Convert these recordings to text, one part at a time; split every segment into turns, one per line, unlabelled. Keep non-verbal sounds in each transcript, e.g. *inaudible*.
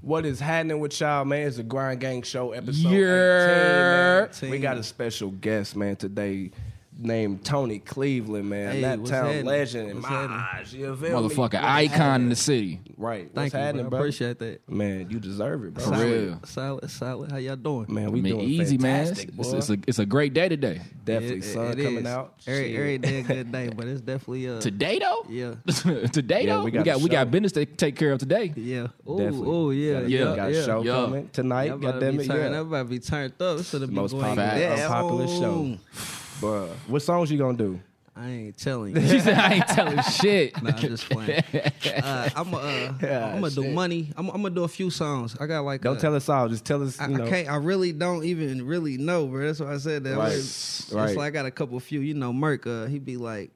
What is happening with y'all, man? It's the Grind Gang Show episode.
Yeah.
18, man. We got a special guest, man, today named Tony Cleveland, man.
Hey,
that
what's
town
happening?
legend and
What's happening?
Maj. You feel me?
Motherfucking
What's
icon in
happening?
the city.
Right. What's
Thank you.
happening,
bro. I
bro?
appreciate that.
Man, you deserve it, bro.
For
solid,
real.
solid, solid. How y'all doing?
Man, we
I mean,
doing
easy, man. It's,
fantastic,
it's-
boy.
it's a, it's a great day today.
Definitely,
It-
sun
it
coming
is.
out.
Every,
Shit.
every day a good
*laughs*
day, but it's definitely uh
Today, though? *laughs*
yeah,
today, though?
Yeah, we
We
got
got, we
a
got,
show.
business to take care of today. *laughs*
yeah.
Definitely.
Oh, oh yeah,
Got a-
yeah,
Got a
yeah.
show
yeah.
coming tonight.
Y'all about, to
Goddamn
be
it,
turned,
yeah.
y'all about to be turned up. Should have been
Most
going
popular-
down.
popular show. Bruh, what songs you gonna do?
I
*laughs*
ain't telling you.
She said, I ain't
*laughs*
telling shit.
Nah, I'm just playing. Uh, I'm gonna uh,
Yeah,
I'm gonna do
shit.
money. I'm, I'm gonna do a few songs. I got like
Don't
uh,
tell us all. Just tell us.
I,
You know,
I can't. I really don't even really know, bro. That's why I said that.
Right.
It's, it's
Right.
like I got a couple few. You know, Merk. Uh, he be like,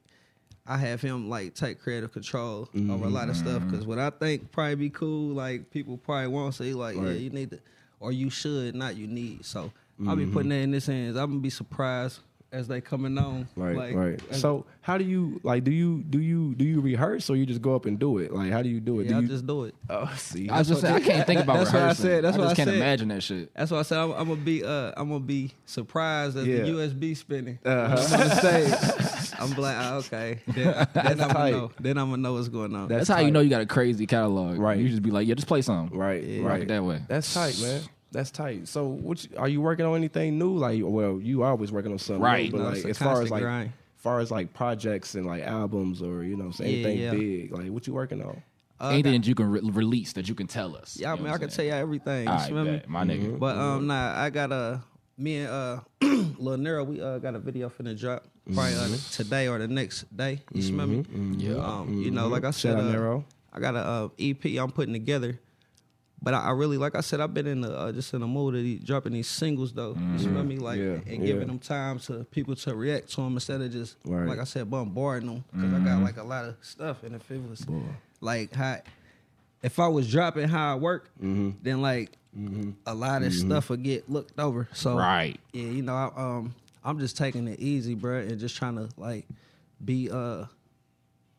I have him like take creative control over a lot of stuff
Mm-hmm.
because what I think probably be cool, like people probably won't say like, yeah,
Right.
you need to, or you should, not you need. So I'll
Mm-hmm.
be putting that in his hands. I'm gonna be surprised as they coming on.
Right,
like,
right.
as-
So how do you like? Do you do you do you rehearse or you just go up and do it? Like how do you do it?
yeah,
do
I
you
just do it.
*laughs* Oh, see,
I was just saying, I can't think about
That's what I
rehearsing.
said. That's
I
what
just
I
can't
said.
imagine that shit.
That's why I said I'm, I'm gonna be uh, I'm gonna be surprised at
Yeah.
the USB spinning.
Uh-huh.
I'm gonna say
*laughs*
I'm like ah, okay. Then, then I'm
tight.
gonna know. Then I'm gonna know what's going on.
That's
That's, how
tight.
you know you got a crazy catalog.
Right.
You just be like, yeah, just play something.
right,
Rock
right.
it that
Uh,
way.
That's tight, man. That's tight. So, what you, are you working on anything new? Like, well, you always working on something, new,
Right.
But
No,
like,
it's a
as far as
constant
like,
grind.
far as like projects and like albums or you know, what I'm saying,
Yeah,
anything
yeah.
big. Like, what you working on?
Uh,
Anything that you can re- release that you can tell us.
yeah, I mean, I can tell
you.
you everything.
know
You
what I'm saying?
feel
All
me?
right, bet. my nigga.
Mm-hmm,
But um, nah, I got a me and uh, *clears throat* Lil Nero. We uh got a video finna drop probably uh,
Mm-hmm.
today or the next day. You smell me?
Yeah.
Um, you know, like I said,
Mm-hmm. Shout out
uh,
Nero.
I got a uh, EP I'm putting together. But I, I really, like I said, I've been in the uh, just in the mood of these, dropping these singles though. You smell me? Like
Yeah,
and giving
yeah.
them time to people to react to them instead of just
Right.
like I said bombarding them because I got like a lot of stuff. And if it was like how, if I was dropping how I work,
Mm-hmm.
then like a lot of stuff would get looked over. So
Right.
yeah, you know, I, um, I'm just taking it easy, bro, and just trying to like be uh,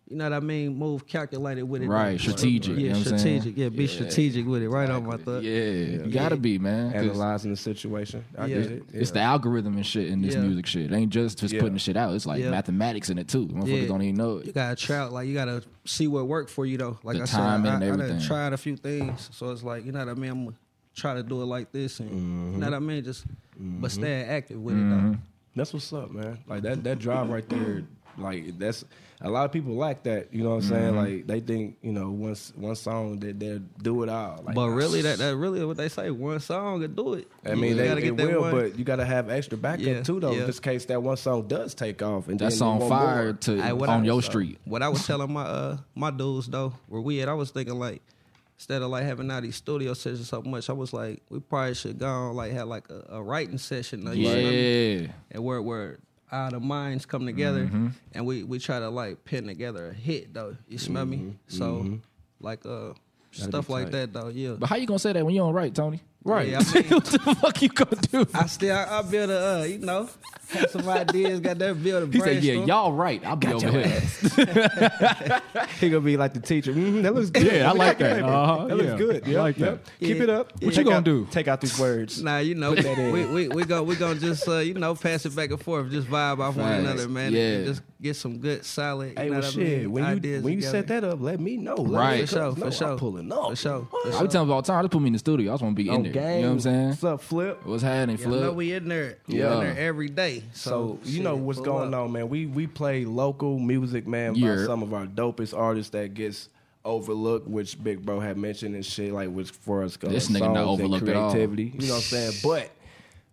you know what I mean, move calculated with it,
Right,
like,
strategic,
yeah,
you know what I'm saying?
strategic, yeah, be strategic with it, right on my
Yeah,
thought,
you gotta be, man. 'cause
Analyzing the situation. I
Yeah.
get it.
It's the algorithm and shit in this
Yeah.
music shit. It ain't just just
Yeah.
putting the shit out. It's like
Yeah.
mathematics in it too. Motherfuckers
Yeah.
don't even know
You
it.
gotta try, out, like you gotta see what worked for you though. Like
The
I
timing
said, I,
and
I, I done
everything.
tried a few things, so it's like you know what I mean. I'm gonna try to do it like this, and you
Mm-hmm.
know what I mean, just but staying active with it
That's what's up, man. Like that that drive right there, like that's a lot of people lack that. You know what I'm saying?
Mm-hmm.
Like they think you know once one song that they will do it all.
though.
Like,
But really, that that really what they say. One song could do it.
I mean,
you
they,
gotta
it
get that
will,
one.
but you got to have extra backup
Yeah,
too, though,
yeah.
just in case that one song does take off and
That's
then you
on
want
fire
more.
to
Hey, what
on
I-
your street.
What I
*laughs*
was telling my uh my dudes though, where we at, I was thinking like instead of like having all these studio sessions so much, I was like, we probably should go on like have like a, a writing session. Though, you know what I mean?
Yeah.
And where where all the minds come together
Mm-hmm.
and we we try to like pin together a hit though. You smell
Mm-hmm.
me? So like uh stuff like that though, yeah.
But how you gonna say that when you don't write, Tony?
Right.
Yeah, I mean,
*laughs* what the fuck you gonna do?
I still I, I build a uh, you know, have some ideas, got that build a
He said, "Yeah,
brainstorm.
y'all right. I'll be over
your
*laughs*
here.
He gonna be like the teacher. Mm, that looks good.
*laughs* Yeah, I
Look
like
at your
that.
paper.
Uh-huh,
*laughs* That looks
yeah.
good.
I
Yep,
like that.
yep. Keep it up.
Yeah.
What you
Take
gonna
out-
do?
Take out these words.
Nah, you know,
that in.
we, we we go we gonna just uh, you know pass it back and forth, just vibe off one
Facts.
another, man.
Yeah.
And just get some good solid. You
Hey,
know
well,
what
shit.
I mean?
when you
ideas
when you set
together.
that up, let me know. Let me
Right.
know,
For
sure,
know
for
I'm
sure.
pulling up.
For sure, for
I be telling them all the time. Just put me in the studio. I just want to be in
On
there.
game.
You know what I'm saying?
What's up, Flip?
What's happening,
Yeah, I know
Flip?
we in there, yeah.
Yeah.
in there every day.
So
So,
you know
shit,
what's
pull
going
up.
on, man. We we play local music, man, by
Yeah.
some of our dopest artists that gets overlooked, which Big Bro had mentioned and shit, like which for us uh,
This nigga not
songs and
overlooked at all.
creativity. You know what I'm saying? But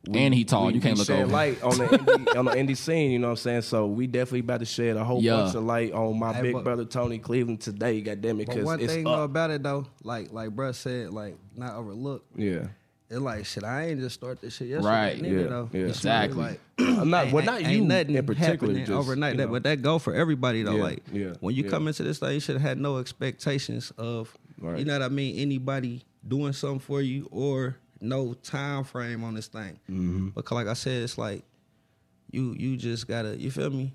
we-
And he tall.
we-
You can't
we
look
shed
over.
light on
*laughs*
the indie, on the indie scene. You know what I'm saying? So we definitely about to shed a whole
Yeah.
bunch of light on my
Hey,
big
but-
brother Tony Cleveland today. Goddamn it,
But
because
one
it's
thing
up.
though about it though, like like bruh said, like not overlooked.
yeah. *clears throat*
It's like shit. I ain't just start this shit yesterday,
Right,
neither,
yeah,
though.
yeah.
You smell me?
Exactly.
Like,
I'm not.
ain't-
well, not
ain't
you
nothing
in particular.
happening
Just,
overnight.
you
that,
know.
but that go for everybody though.
Yeah,
like
yeah,
when you
yeah.
come into this thing, you should have had no expectations of
Right.
you know what I mean. Anybody doing something for you or no time frame on this thing.
Mm-hmm.
Because like I said, it's like you you just gotta you feel me.
gotta-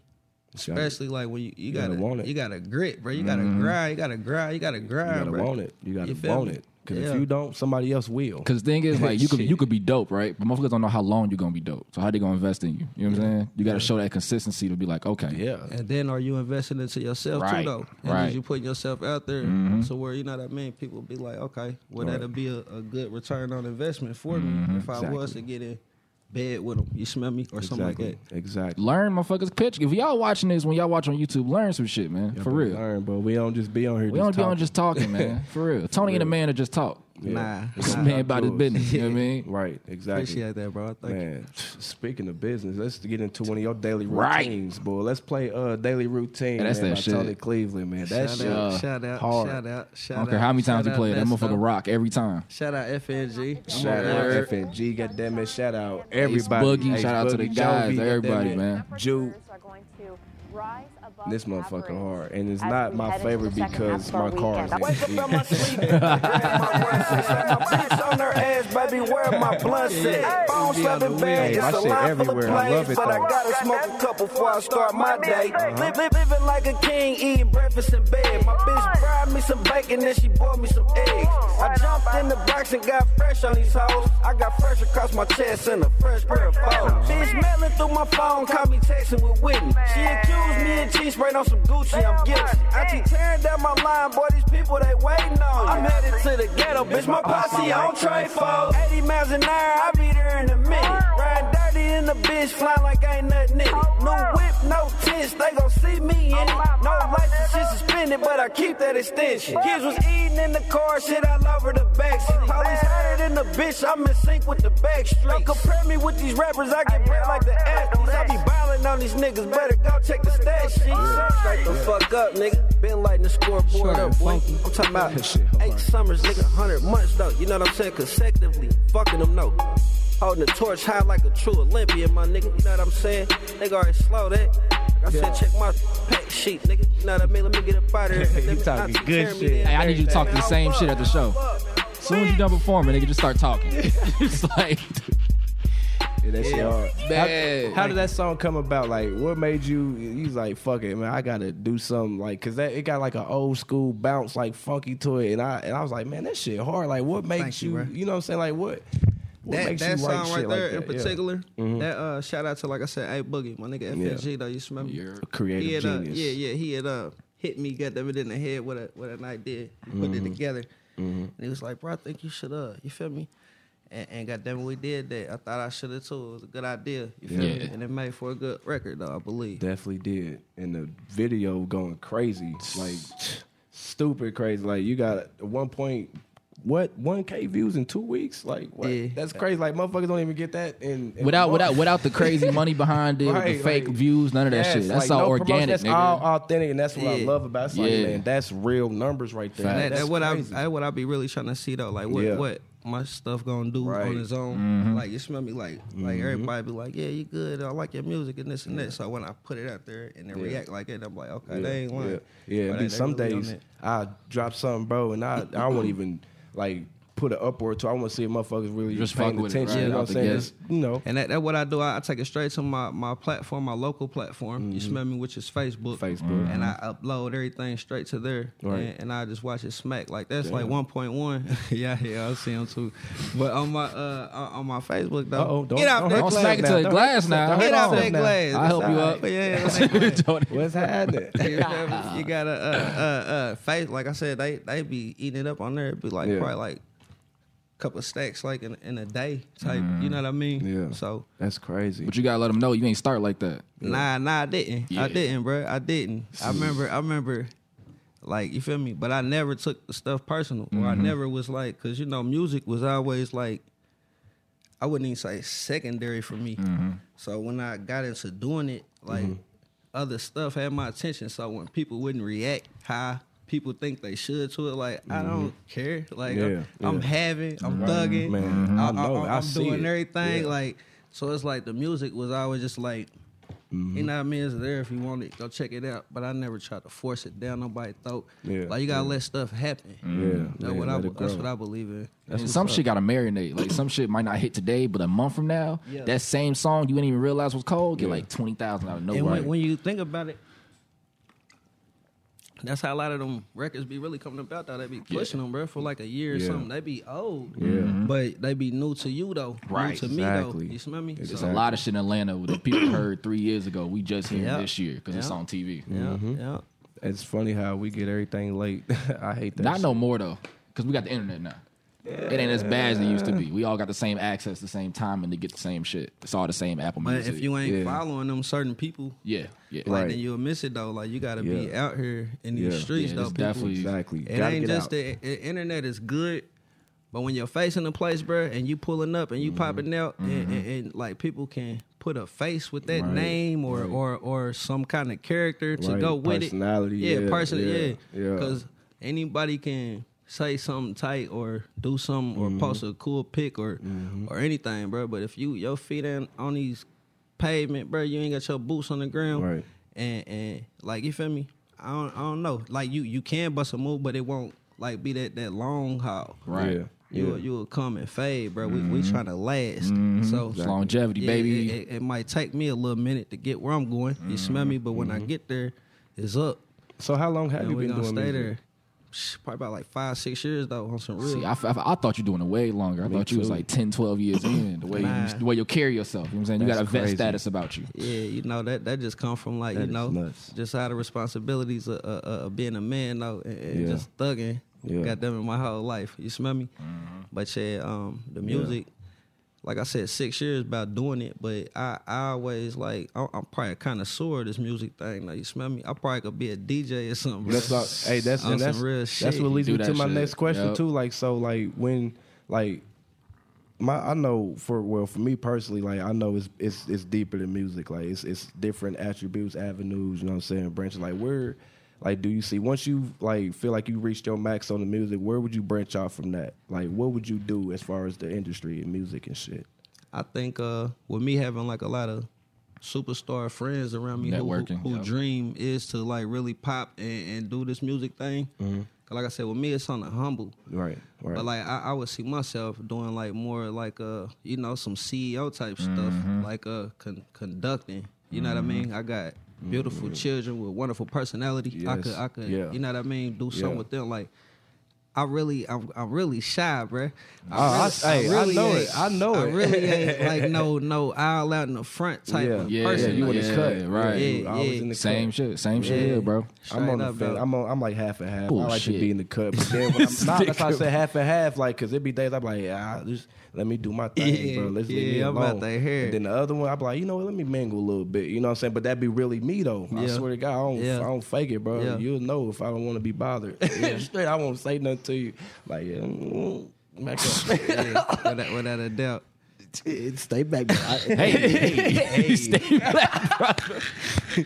Especially like when you, you
gotta
gotta,
want it. Mm-hmm.
you gotta grit, bro. You gotta grind. You gotta grind. You gotta grind,
You gotta
bro.
want it. You gotta
feel
want
me?
it. Because
Yeah.
if you don't, somebody else will.
Cause the thing is, like you
*laughs*
could you
Shit.
could be dope, right? But motherfuckers don't know how long you're gonna be dope. So how they gonna invest in you? You know what I'm saying? You gotta show that consistency to be like, okay,
Yeah.
And then are you investing into yourself
Right,
too though? And
right. Mm-hmm.
is you putting yourself out there to where you know what I mean? People be like, okay, well
Right.
that'll be a, a good return on investment for
Mm-hmm,
me if I was to get in bed with them. You smell me or something like
Exactly.
that.
Exactly.
learn motherfuckers pitch. If y'all watching this when y'all watch on YouTube, learn some shit, man. For
But
real.
learn, but we don't just be on here.
We don't be on just talking,
*laughs*
man. For real. Tony and the man are just talk.
Yeah.
Nah,
This
nah.
man about his
course.
business. You know what I mean?
Right. Exactly.
*laughs* appreciate that, bro. Thank
*laughs*
you.
Man, speaking of business, let's get into one of your daily
Right.
routines, boy. Let's play uh daily routine.
Yeah, that's
man,
that
by
shit.
Tony Cleveland, man. That
shout
shit.
uh,
out, shout out,
hard.
shout out, shout
I don't
out.
care how many times
shout
you play it,
out
that motherfucker
stuff.
rock every time.
Shout out FNG.
Shout out FNG, goddamn it! Shout out everybody.
Boogie,
Ace
shout out to the
Boogie,
guys,
Jovi,
everybody,
goddamn it.
man.
Juke.
Are going to rise above
This motherfucker
average
hard, and it's
as
not
we
my
head into the
favorite
second half
because
of our
my car is
weekend.
Wake up in my sleep. Grab my breakfast. Got my bitch on her ass, baby. Where my blunt set? Phone slapping bag,
Hey, my
just a
shit
line full of
everywhere. I love
plays.
it,
But I
though.
gotta smoke a couple before I start my day. Uh-huh. Live, live, living like a king, eating breakfast in bed. My bitch fried me some bacon, then she bought me some eggs. I jumped in the box and got fresh on these hoes. I got fresh across my chest and a fresh pair of foes. She's mailing through my phone, caught me texting with Whitney. She accused me and cheese sprayed on some Gucci. I'm guilty. I keep tearing down my line, boy. These people they waiting on you. I'm headed to the ghetto, bitch. My posse on trade for 80 miles an hour. I be there in a minute. Riding dirty in the bitch, flying like ain't nothing in it. No whip, no tits. They gon' see me in it. No license is suspended, but I keep that extension. Kids was eating in the car, shit all over the backseat. Police hotter than the bitch. I'm in sync with the backstreet. Don't compare me with these rappers. I get bread like the athletes. I be violent on these niggas. Better go check the stat sheet. Straight the fuck up, nigga. Been lighting the scoreboard up, boy. I'm talking about eight summers, nigga. Hundred months though. You know what I'm saying? Consecutively, fucking them no. Holding the torch high like a true Olympian, my nigga. You know what I'm saying? Nigga already slow that. Like I said, check my pack sheet, nigga. You know what I mean? Let me get up out of
*laughs*
here.
You talking
Not
good
tearing me
shit.
then.
Hey, I need you to talk
Man,
the
I'm
same
up.
shit at the show.
I'm up.
As soon as you done performing, they can just start
*laughs*
talking. it's like,
Yeah, that shit hard.
Man.
How, how did that song come about? Like, what made you? He's like, fuck it, man. I gotta do something. Like, cause that it got like an old school bounce, like funky to it. And I and I was like, man, that shit hard. Like, what makes
you,
you?
bro.
You, know what I'm saying? Like, what? What
that,
makes
that
you
song
write
right
shit like
there in
that? Yeah.
particular.
Mm-hmm.
That uh, shout out to like I said, Hey Boogie, my nigga FNG though. You smell me?
Yeah.
A creative
he had, uh,
genius.
yeah, yeah. He had uh, hit me, got them in the head with a with an idea. He put
Mm-hmm.
it together, and he was like, "Bro, I think you should uh, you feel me?" And, and goddamn, we did that. I thought I should have too. It was a good idea. You feel me?
Yeah.
And it made for a good record though, I believe.
Definitely did. And the video going crazy, like stupid crazy. Like you got at one point what one k views in two weeks? Like what?
Yeah.
That's crazy. Like motherfuckers don't even get that. In, in
without
a
without
month.
without the crazy money behind it, with
Right,
the fake
like,
views, none of that
yes,
shit. That's
like,
all
no promotion,
organic,
That's
nigga.
all authentic, and that's what I
Yeah.
love about. It's like,
Yeah.
man, that's real numbers right there.
Facts.
That,
that's
that what
crazy.
I that what I be really trying to see though. Like what
Yeah.
what my stuff gonna do
Right. Mm-hmm.
on its own. Like you smell me like like everybody be like, yeah, you good. I like your music and this and that. So when I put it out there and they react like it, I'm like, okay, they ain't lying.
Yeah, yeah.
But
Be
they- they
some
really on
days
it.
I drop something, bro, and I I won't even like put an upward to. I want to see if motherfuckers really
Just
paying
fuck with it,
attention.
right,
You know
out
what I'm
the
saying?
gate.
Just, you know,
And that, that what I do. I, I take it straight to my, my platform, my local platform. You smell me, which is Facebook.
Facebook. Mm-hmm.
And I upload everything straight to there.
Right.
And, and I just watch it smack. Like that's like
Damn.
1.1. *laughs* yeah, yeah, I see them too. But on my uh on on my Facebook though,
Uh-oh, don't-
get
don't
out that
hurt
Don't
glass.
smack it to
now.
the
Don't
glass
hurt
now.
yourself.
Get out
Hold
that
on now.
glass.
I help
It's
you
all
up.
right. Yeah, yeah. *laughs*
*laughs* Tony.
what's happening? *laughs*
You feel me? you gotta uh, uh, uh, face like I said, they they be eating it up on there. It'd be like
Yeah.
probably like a couple stacks like in, in a day type. You know what I mean?
Mm-hmm. Yeah.
So
That's crazy.
But you gotta let them know you ain't start like that.
nah, nah, I didn't. I didn't, bro. I didn't. I remember. I remember. Like you feel me, but I never took the stuff personal, or
Mm-hmm.
I never was like, cause you know, music was always like, I wouldn't even say secondary for me.
Mm-hmm.
So when I got into doing it, like other stuff had my attention. So when people wouldn't react how people think they should to it, like I don't care. Like I'm,
Mm-hmm. Yeah,
I'm
yeah.
having, I'm thugging,
Man,
I,
I know, I
am
see
doing
it.
everything.
Yeah.
Like so, it's like the music was always just like.
Mm-hmm.
You know what I mean? It's there if you want it. Go check it out. But I never tried to force it down nobody's throat.
Yeah,
Like you gotta
yeah. Mm-hmm.
let stuff happen.
yeah,
That's
yeah,
what I.
let it
That's
grow.
what I believe in.
And some shit gotta marinate. Like some shit might not hit today, but a month from now,
Yeah.
that same song you didn't even realize was cold get
Yeah.
like twenty thousand out of
And
nowhere.
when, when you think about it, That's how a lot of them records be really coming about. Though they be pushing them, bro, for like a year or
Yeah.
something. They be old,
Yeah. Mm-hmm.
but they be new to you though,
Right,
New to me
exactly.
though. You smell me?
It's
There's
So-
a lot of shit in Atlanta that
*coughs*
people heard three years ago. We just hearing
Yeah.
this year because it's
Yeah.
on TV.
Yeah,
mm-hmm.
yeah.
It's funny how we get everything late. *laughs* I hate that.
Not
shit.
no more though, because we got the internet now. It ain't as bad as it used to be. We all got the same access, the same time, and to get the same shit. It's all the same Apple
But
Music.
if you ain't
Yeah.
following them certain people,
yeah, yeah,
like
Right.
then you'll miss it though. Like you got to be
Yeah.
out here in these
Yeah.
streets
Yeah,
though.
it's
people.
definitely-
Exactly.
It
Gotta
ain't
get
just
out.
the, the internet is good, but when you're facing a place, bro, and you pulling up
Mm-hmm.
and you popping out, and, and, and, like people can put a face with that
Right,
name or,
right.
or or some kind of character to
Right,
go with
personality,
it.
yeah,
person,
yeah,
yeah,
yeah.
because anybody can say something tight or do something or
Mm-hmm.
post a cool pic or or anything, bro. But if you your feet ain't on these pavement, bro, you ain't got your boots on the ground,
Right.
and and like you feel me? I don't I don't know. Like you you can bust a move, but it won't like be that that long haul.
right.
Yeah.
You
yeah. Mm-hmm.
you will come and fade, bro. We we trying to last. So
It's longevity,
yeah,
baby.
It, it- it might take me a little minute to get where I'm going. You smell me? But when I get there, it's up.
So Mm-hmm. how long have
And
you
we
been
gonna
doing
stay
music?
there. Shh, Probably about like five, six years though on some real.
See, I, f- I f- I thought you doing it way longer. I thought you was
too.
like 10, 12 years in. The way
Nah.
you, the way you carry yourself, you know what I'm saying? You
That's
got a vet
crazy.
status about you.
Yeah, you know that that just come from like
That
you
is
know
nuts.
just how the responsibilities of, of, of being a man though and, and
Yeah.
just thugging.
Yeah.
Got them in my whole life. You smell me? But yeah, um, the music, like I said, six years about doing it. But I, I always like I'm, I'm probably a connoisseur of this music thing. Though you smell me? I probably could be a DJ or something. bro.
That's all,
*laughs*
hey, that's
On
and
some
that's
real
that's
shit.
what leads
Do
me to
that
my
shit.
next question
Yep.
too. Like so, like when like my I know for well for me personally, like I know it's it's it's deeper than music. Like it's it's different attributes, avenues. You know what I'm saying? Branches. Like where, like do you see once you like feel like you reached your max on the music? Where would you branch out from that? Like what would you do as far as the industry and music and shit?
I think uh, with me having like a lot of superstar friends around me who-
Networking,
who, who
yeah.
dream is to like really pop and, and do this music thing.
Mm-hmm.
'Cause like I said, with me it's something humble.
Right. Right.
But like I, I would see myself doing like more like uh you know some CEO type
Mm-hmm.
stuff like uh con- conducting. You know what I mean? I got beautiful children with wonderful personality. I
Yes.
could I could
Yeah.
you know what I mean do something
Yeah.
with them like. I really, I'm, I'm really shy, bruh.
Oh, I- hey, I know it.
ain't-
I know
I
it. *laughs*
really ain't like no, no all out in the front type
yeah.
of
Yeah,
person.
you in
would-
the
yeah,
cut,
right.
You
Yeah,
always
yeah.
in the
Same
cut.
shit, same shit,
Yeah.
yeah, bro.
I'm on
Straight
the
up,
fence.
though.
I'm on. I'm like half and half. I like to
Bullshit.
be in the cut, but then
*laughs*
when I'm not, that's why I say half and half. Like, cause it be days I'm like, ah, just let me do my thing,
Yeah,
bro. Let's
yeah,
leave me
I'm
alone.
about to hear it.
And then the other one, I'm like, you know what? Let me mingle a little bit. You know what I'm saying? But that be really me though. I
Yeah.
swear to God, I don't.
Yeah.
I don't fake it, bro.
Yeah.
You'll know if I don't want to be bothered. *laughs* Straight, I won't say nothing to you. Like, yeah. mm, Back up. *laughs*
Yeah, without, without a doubt.
Stay back. bro.
*laughs*
I- *laughs*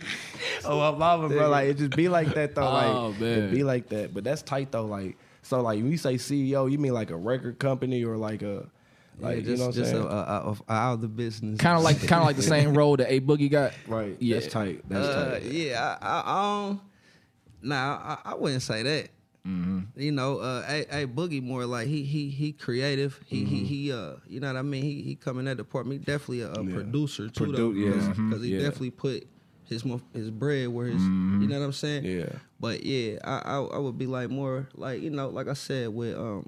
Oh, I love it, bro. Like it just be like that though. Like
Oh, man.
it be like that. But that's tight though. Like so, like when you say CEO, you mean like a record company or like a like
yeah, just,
you know what I'm
just
saying?
uh,
a- a- a- out of the business.
Kind of like, kind of like the same role that A Boogie got.
right.
Yeah.
That's tight. That's
Uh,
tight.
yeah, I, I, I don't. Nah, I, I wouldn't say that.
Mm-hmm.
You know, uh, a, a boogie more like he he he creative. He he
Mm-hmm.
he. Uh, you know what I mean? He he come in that department. He definitely a, a producer too, though,
Produ- yeah.
because
Mhm.
he
Yeah. Mm-hmm.
definitely put his mo- his bread where his. You know what I'm saying?
Yeah.
But yeah, I, I I would be like more like you know like I said with um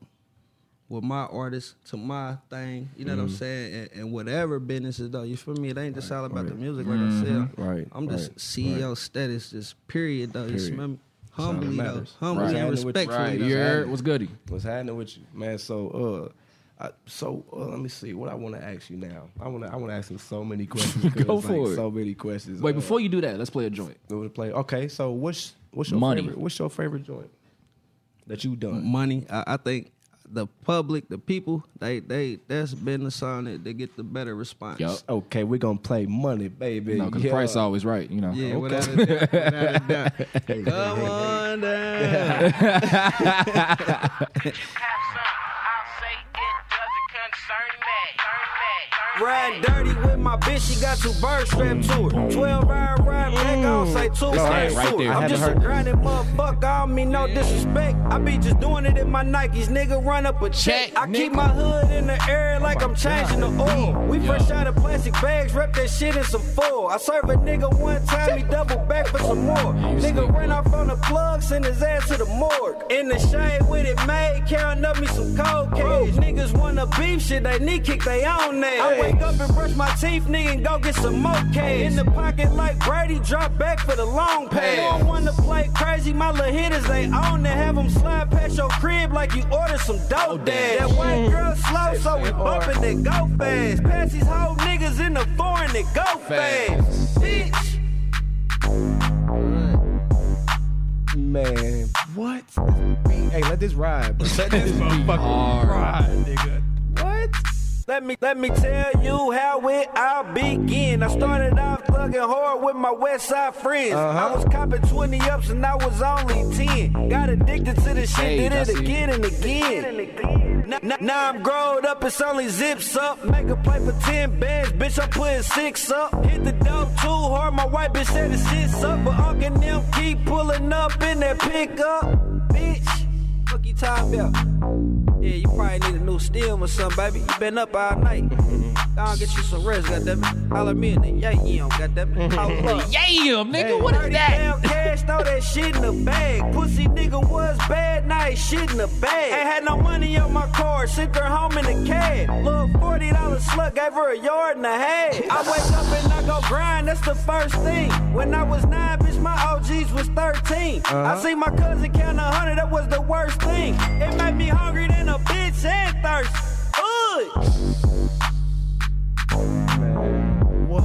with my artist to my thing. You know
Mm-hmm.
what I'm saying? And, and whatever businesses though, you feel me? It ain't just all about the music, like I said.
Right,
I'm just
right,
CEO E status, just period though. You
Period.
smell me?
all that
Humbly though,
matters.
humbly
Right.
and
Standing with you.
respectfully.
Right,
though.
you're what's goody.
What's happening with you, man? So uh, I, so uh, let me see what I want to ask you now. I want to I want to ask you so many *laughs* questions. 'cause
Go
it's,
for
like,
it.
So many questions.
Wait,
Uh,
before you do that, let's play a joint.
go to play. Okay, so what's what's your
Money.
Favorite, what's your favorite joint that you done?
Money, I, I think the public, the people, they they that's been the sign that they get the better response.
Yup.
Okay, we're gonna play money, baby.
No, because
Yeah.
price always right, you know.
Yeah, without a doubt. Without a
*laughs*
doubt. Come on down.
I'll say it doesn't concern me. Concern me.
Riding dirty with my bitch, she got two birds strapped to her. 12 ride, ride, back, I don't say two
right
steps to
there.
her.
I
I'm
haven't
just a
heard that.
grinding motherfucker, I don't mean no disrespect. I be just doing it in my Nikes, nigga, run up a check.
Check,
I keep
nigga.
my hood in the air like I'm changing the oil. We
Yeah.
fresh out of plastic bags, wrap that shit in some foil. I serve a nigga one time, he double back for some more.
you
Nigga
slick,
ran off on the plug, send his ass to the morgue. In the shade with it made, counting up me some cold cash. Niggas wanna beef shit, they knee kick they own ass. I wake up and brush my teeth, nigga, and go get some more cash. In the pocket like Brady, drop back for the long pass. Don't wanna play crazy, my little hitters they own it. Have them slide past your crib like you ordered some dope dash. That white girl slow, so we bumpin' it go fast. Pass these whole niggas in the foreign, it go fast. Bitch.
Man, what? Hey, let this ride, bro. Let this motherfucker
hard.
ride, nigga.
What? Let me let me tell you how it all began. I started off thugging hard with my West Side friends. I was copping 20 ups and I was only 10. Got addicted to the shit,
Hey,
did
I
it
see you.
again and again. Now, now- now I'm grown up, it's only zips up. Make a play for 10 bands, bitch, I'm putting six up. Hit the dope too hard, my white bitch said the shit's up. But Uncle them keep pulling up in that pickup, bitch. Fuck you talking about? Yeah, you probably need a new stem or something, baby. You been up all night. I'll get you some rest, goddammit. Holler me in the yeah, yeah, goddammit. Holla up.
Yam, nigga, what is
Dirty
that?
damn cash, throw that shit in the bag. Pussy nigga was bad, now he shit in the bag. Ain't had no money on my card, sent her home in a cab. Little forty dollar slug, gave her a yard and a half. I wake up and I go grind, that's the first thing. When I was nine, bitch, my OGs was 13
Uh-huh.
I see my cousin count a hundred, that was the worst thing. It made me hungry than a bitch and thirsty. Ugh.
Man, what?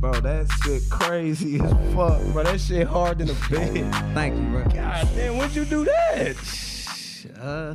Bro, that shit crazy as fuck, bro. That shit hard in the bed.
Thank you, bro.
God damn, when'd you do that?
Uh,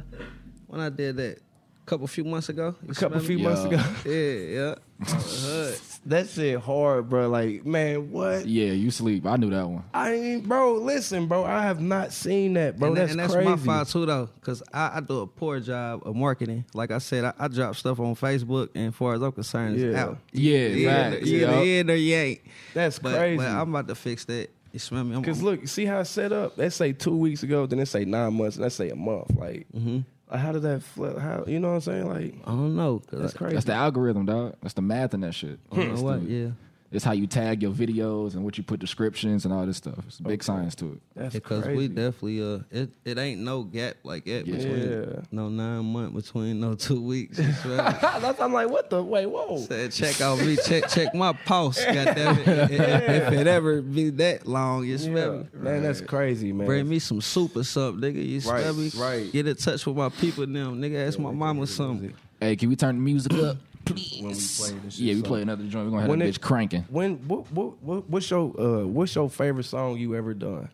when I did that, a couple few months ago.
A couple few
Yeah.
months ago. *laughs*
Yeah, yeah. Uh, hood.
That shit hard, bro. Like, man, what?
Yeah, you sleep. I knew that one.
I ain't, bro. Listen, bro. I have not seen that, bro.
and, that-
Oh, that's,
and that's
crazy.
my fault too, though, because I, I do a poor job of marketing. Like I said, I, I drop stuff on Facebook, and as far as I'm concerned, it's
Yeah.
out.
Yeah,
You either-
facts,
you either
yeah.
in or you ain't.
That's
But,
crazy.
but I'm about to fix that. You smell me? I'm,
Cause
I'm-
look, see how it's set up. They say two weeks ago, then they say nine months, and they say a month. Like,
Mm-hmm.
like, how did that flip? How you know what I'm saying? Like,
I don't know. 'cause
that's
I-
crazy.
That's the algorithm, dog. That's the math in that shit.
I don't know what. Yeah.
It's how you tag your videos and what you put descriptions and all this stuff. It's big science to it.
That's
Because
crazy.
we definitely uh, it it ain't no gap like that
Yeah.
Yeah.
between no nine month between no two weeks. you smell *laughs* me?
That's- I'm like, what the? Wait, whoa.
Said check out me, check check my pulse. *laughs* Goddamn it! If- If it ever be that long,
Yeah.
you smell me?
Man, that's crazy, man.
Bring me some soup or something, nigga. You smell
Right,
me?
right.
Get in touch with my people now, nigga. Ask my mama something.
Hey, can we turn the music up, please?
When we play this shit,
yeah, we
so-
play another joint. We're gonna have
When
that
it-
bitch cranking.
When what, what what what's your uh what's your favorite song you ever done?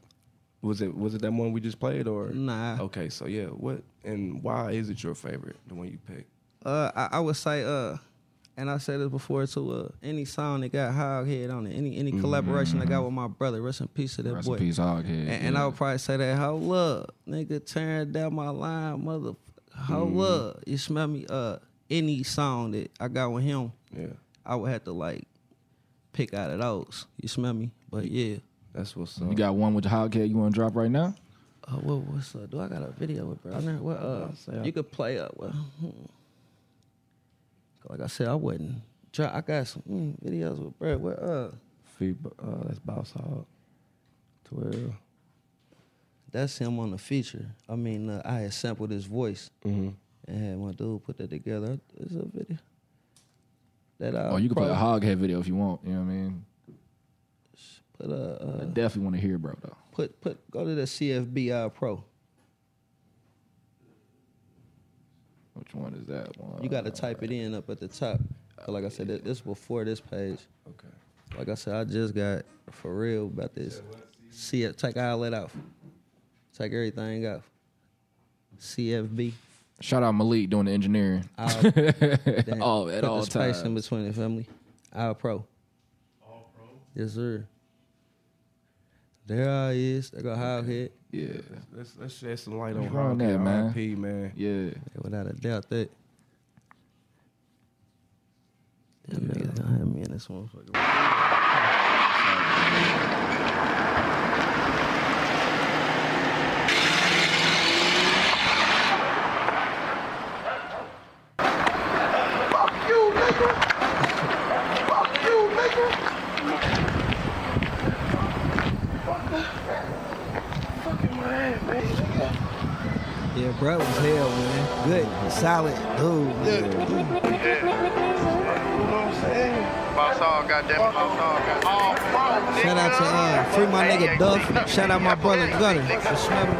Was it was it that one we just played or
Nah.
Okay, so yeah, what and why is it your favorite? The one you picked?
Uh, I, I would say, uh, and I said this before too. Uh, any song that got hog head on it, any any collaboration I got with my brother, rest in peace to that
Mm-hmm. Rest
boy.
in peace, Hoghead.
And, and
yeah.
I would probably say that whole love, nigga, tearing down my line, mother, whole
Mm-hmm.
love. You smell me? Uh, any song that I got with him,
Yeah,
I would have to like pick out of those. You smell me? But yeah.
that's what's up.
you got one with the Hoghead you want to drop right now?
Uh, what, what's up? Do I got a video with bro? What, uh,
say I-
you could play up. Well, hmm. like I said, I wouldn't. Try, I got some mm, videos with bro. What uh?
Fever, uh, that's Boss Hog. Twelve.
That's him on the feature. I mean, uh, I had sampled his voice
Mm-hmm.
and had my dude put that together. It's a video. That I
oh, you can play a
Uh, probably
Hoghead video if you want. You know what I mean?
put uh,
I
uh
definitely want to hear, bro. Though.
put put go to the CFBI Pro.
Which one is that one?
You got to type it in up at the top. But like I said, that, this before this page.
Okay.
Like I said, I just got for real about this. See it, take all that off. Take everything off.
*laughs*
CFB.
Shout out Malik doing the engineering.
All, damn,
Oh, at *laughs*
put
all
the space in
times.
between the family. All pro. All pro. Yes, sir. There I is. They got high head.
Yeah,
Let's let's shed some light on
What's wrong
Hog
there, man?
RIP, man.
yeah.
Without a doubt, that That nigga gonna have me in this motherfucker. Yeah, bro was hell, man. Good, solid dude. Man.
Boss all goddamn it, boss all goddamn it.
Shout out to uh, free my nigga Duff. Shout out my brother Gunner for snubbing.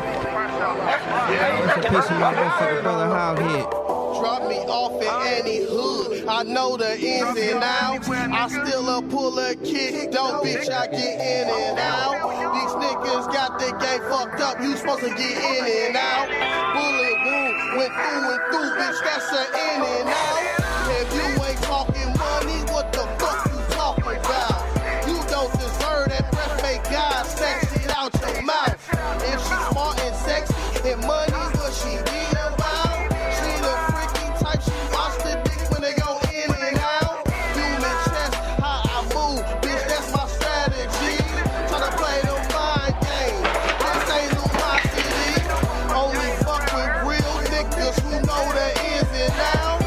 Rest in peace to my motherfucking brother Howhead.
Drop me off at any hood. I know the ins and outs. I still a pull a kick. Don't bitch, I get in and out. These niggas got the game fucked up. You supposed to get in and out. Bullet wound went through and through, bitch. That's a in and out. If you ain't talking money, what the fuck you talking about? You don't deserve that breath. Make God snatch it out your mouth. If she smart and sexy and money, what she get about? She the freaky type. She watch the dick when they go in and out. Human chest, how I move, bitch. That's my strategy. Tryna play the mind game. This ain't Lumosity. Only fuck with real niggas who know the ins and outs.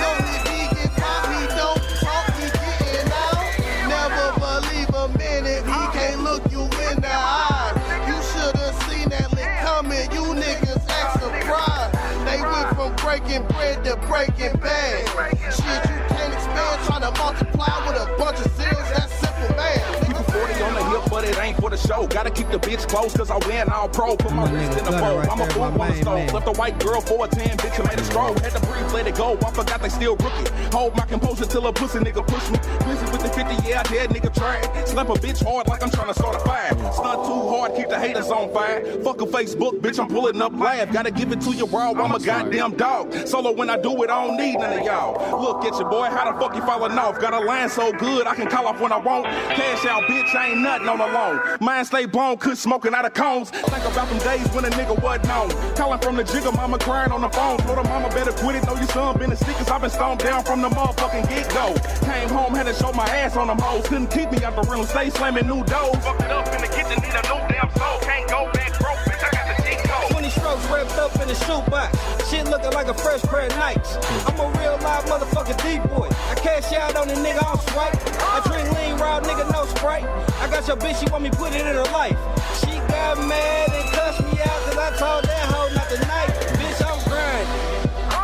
Know that he get pop, he don't talk, he getting out. Never believe a minute, he can't look you in the eye. You should've seen that lick coming, you niggas act surprised. They went from breaking bread to breaking bad. Shit, you can't expand, tryna multiply with a bunch of zeros, that's simple math.
Keep a 40 on the hip, but it ain't for the show. Gotta keep the bitch close, cause I win all pro. Put my
My
wrist
nigga
in the
Gunner
fold.
right
I'm a
there,
fool
my
on the
main
stove.
man.
Left a white girl for a 10, bitch, I made a stroll. Had to breathe, let it go. I forgot they still rookie. Hold my composure till a pussy nigga push me. Busy with the 50, yeah, I did, nigga, try. Slap a bitch hard like I'm tryna start a fire. Stunt too hard, keep the haters on fire. Fuck a Facebook, bitch, I'm pulling up live. Gotta give it to you raw, I'm a goddamn dog. Solo when I do it, I don't need none of y'all. Look at your boy, how the fuck you falling off? Got a line so good, I can call off when I want. Cash out, bitch, I ain't nothing on the loan. Mine stay blown, could smoking out of cones. Think about them days when a nigga wasn't on. Calling from the jigger, mama crying on the phone. Told her mama better quit it, know your son been the stickers. I've been stoned down from the motherfucking get go. Came home, had to show my ass on them hoes. Couldn't keep me out the room, stay slamming new doors. Fucked it up in the kitchen, need a new damn soul. Can't go back broke, bitch, I got the cheat code.
20 strokes wrapped up in a shoebox. Shit looking like a fresh pair of nights. I'm a real live motherfucking D-boy. I cash out on a nigga on swipe. I drink lean raw, nigga, no sprite. I got your bitch, she want me put it in her life. She got mad and cussed me out cause I told that hoe not tonight. Bitch, I'm grinding.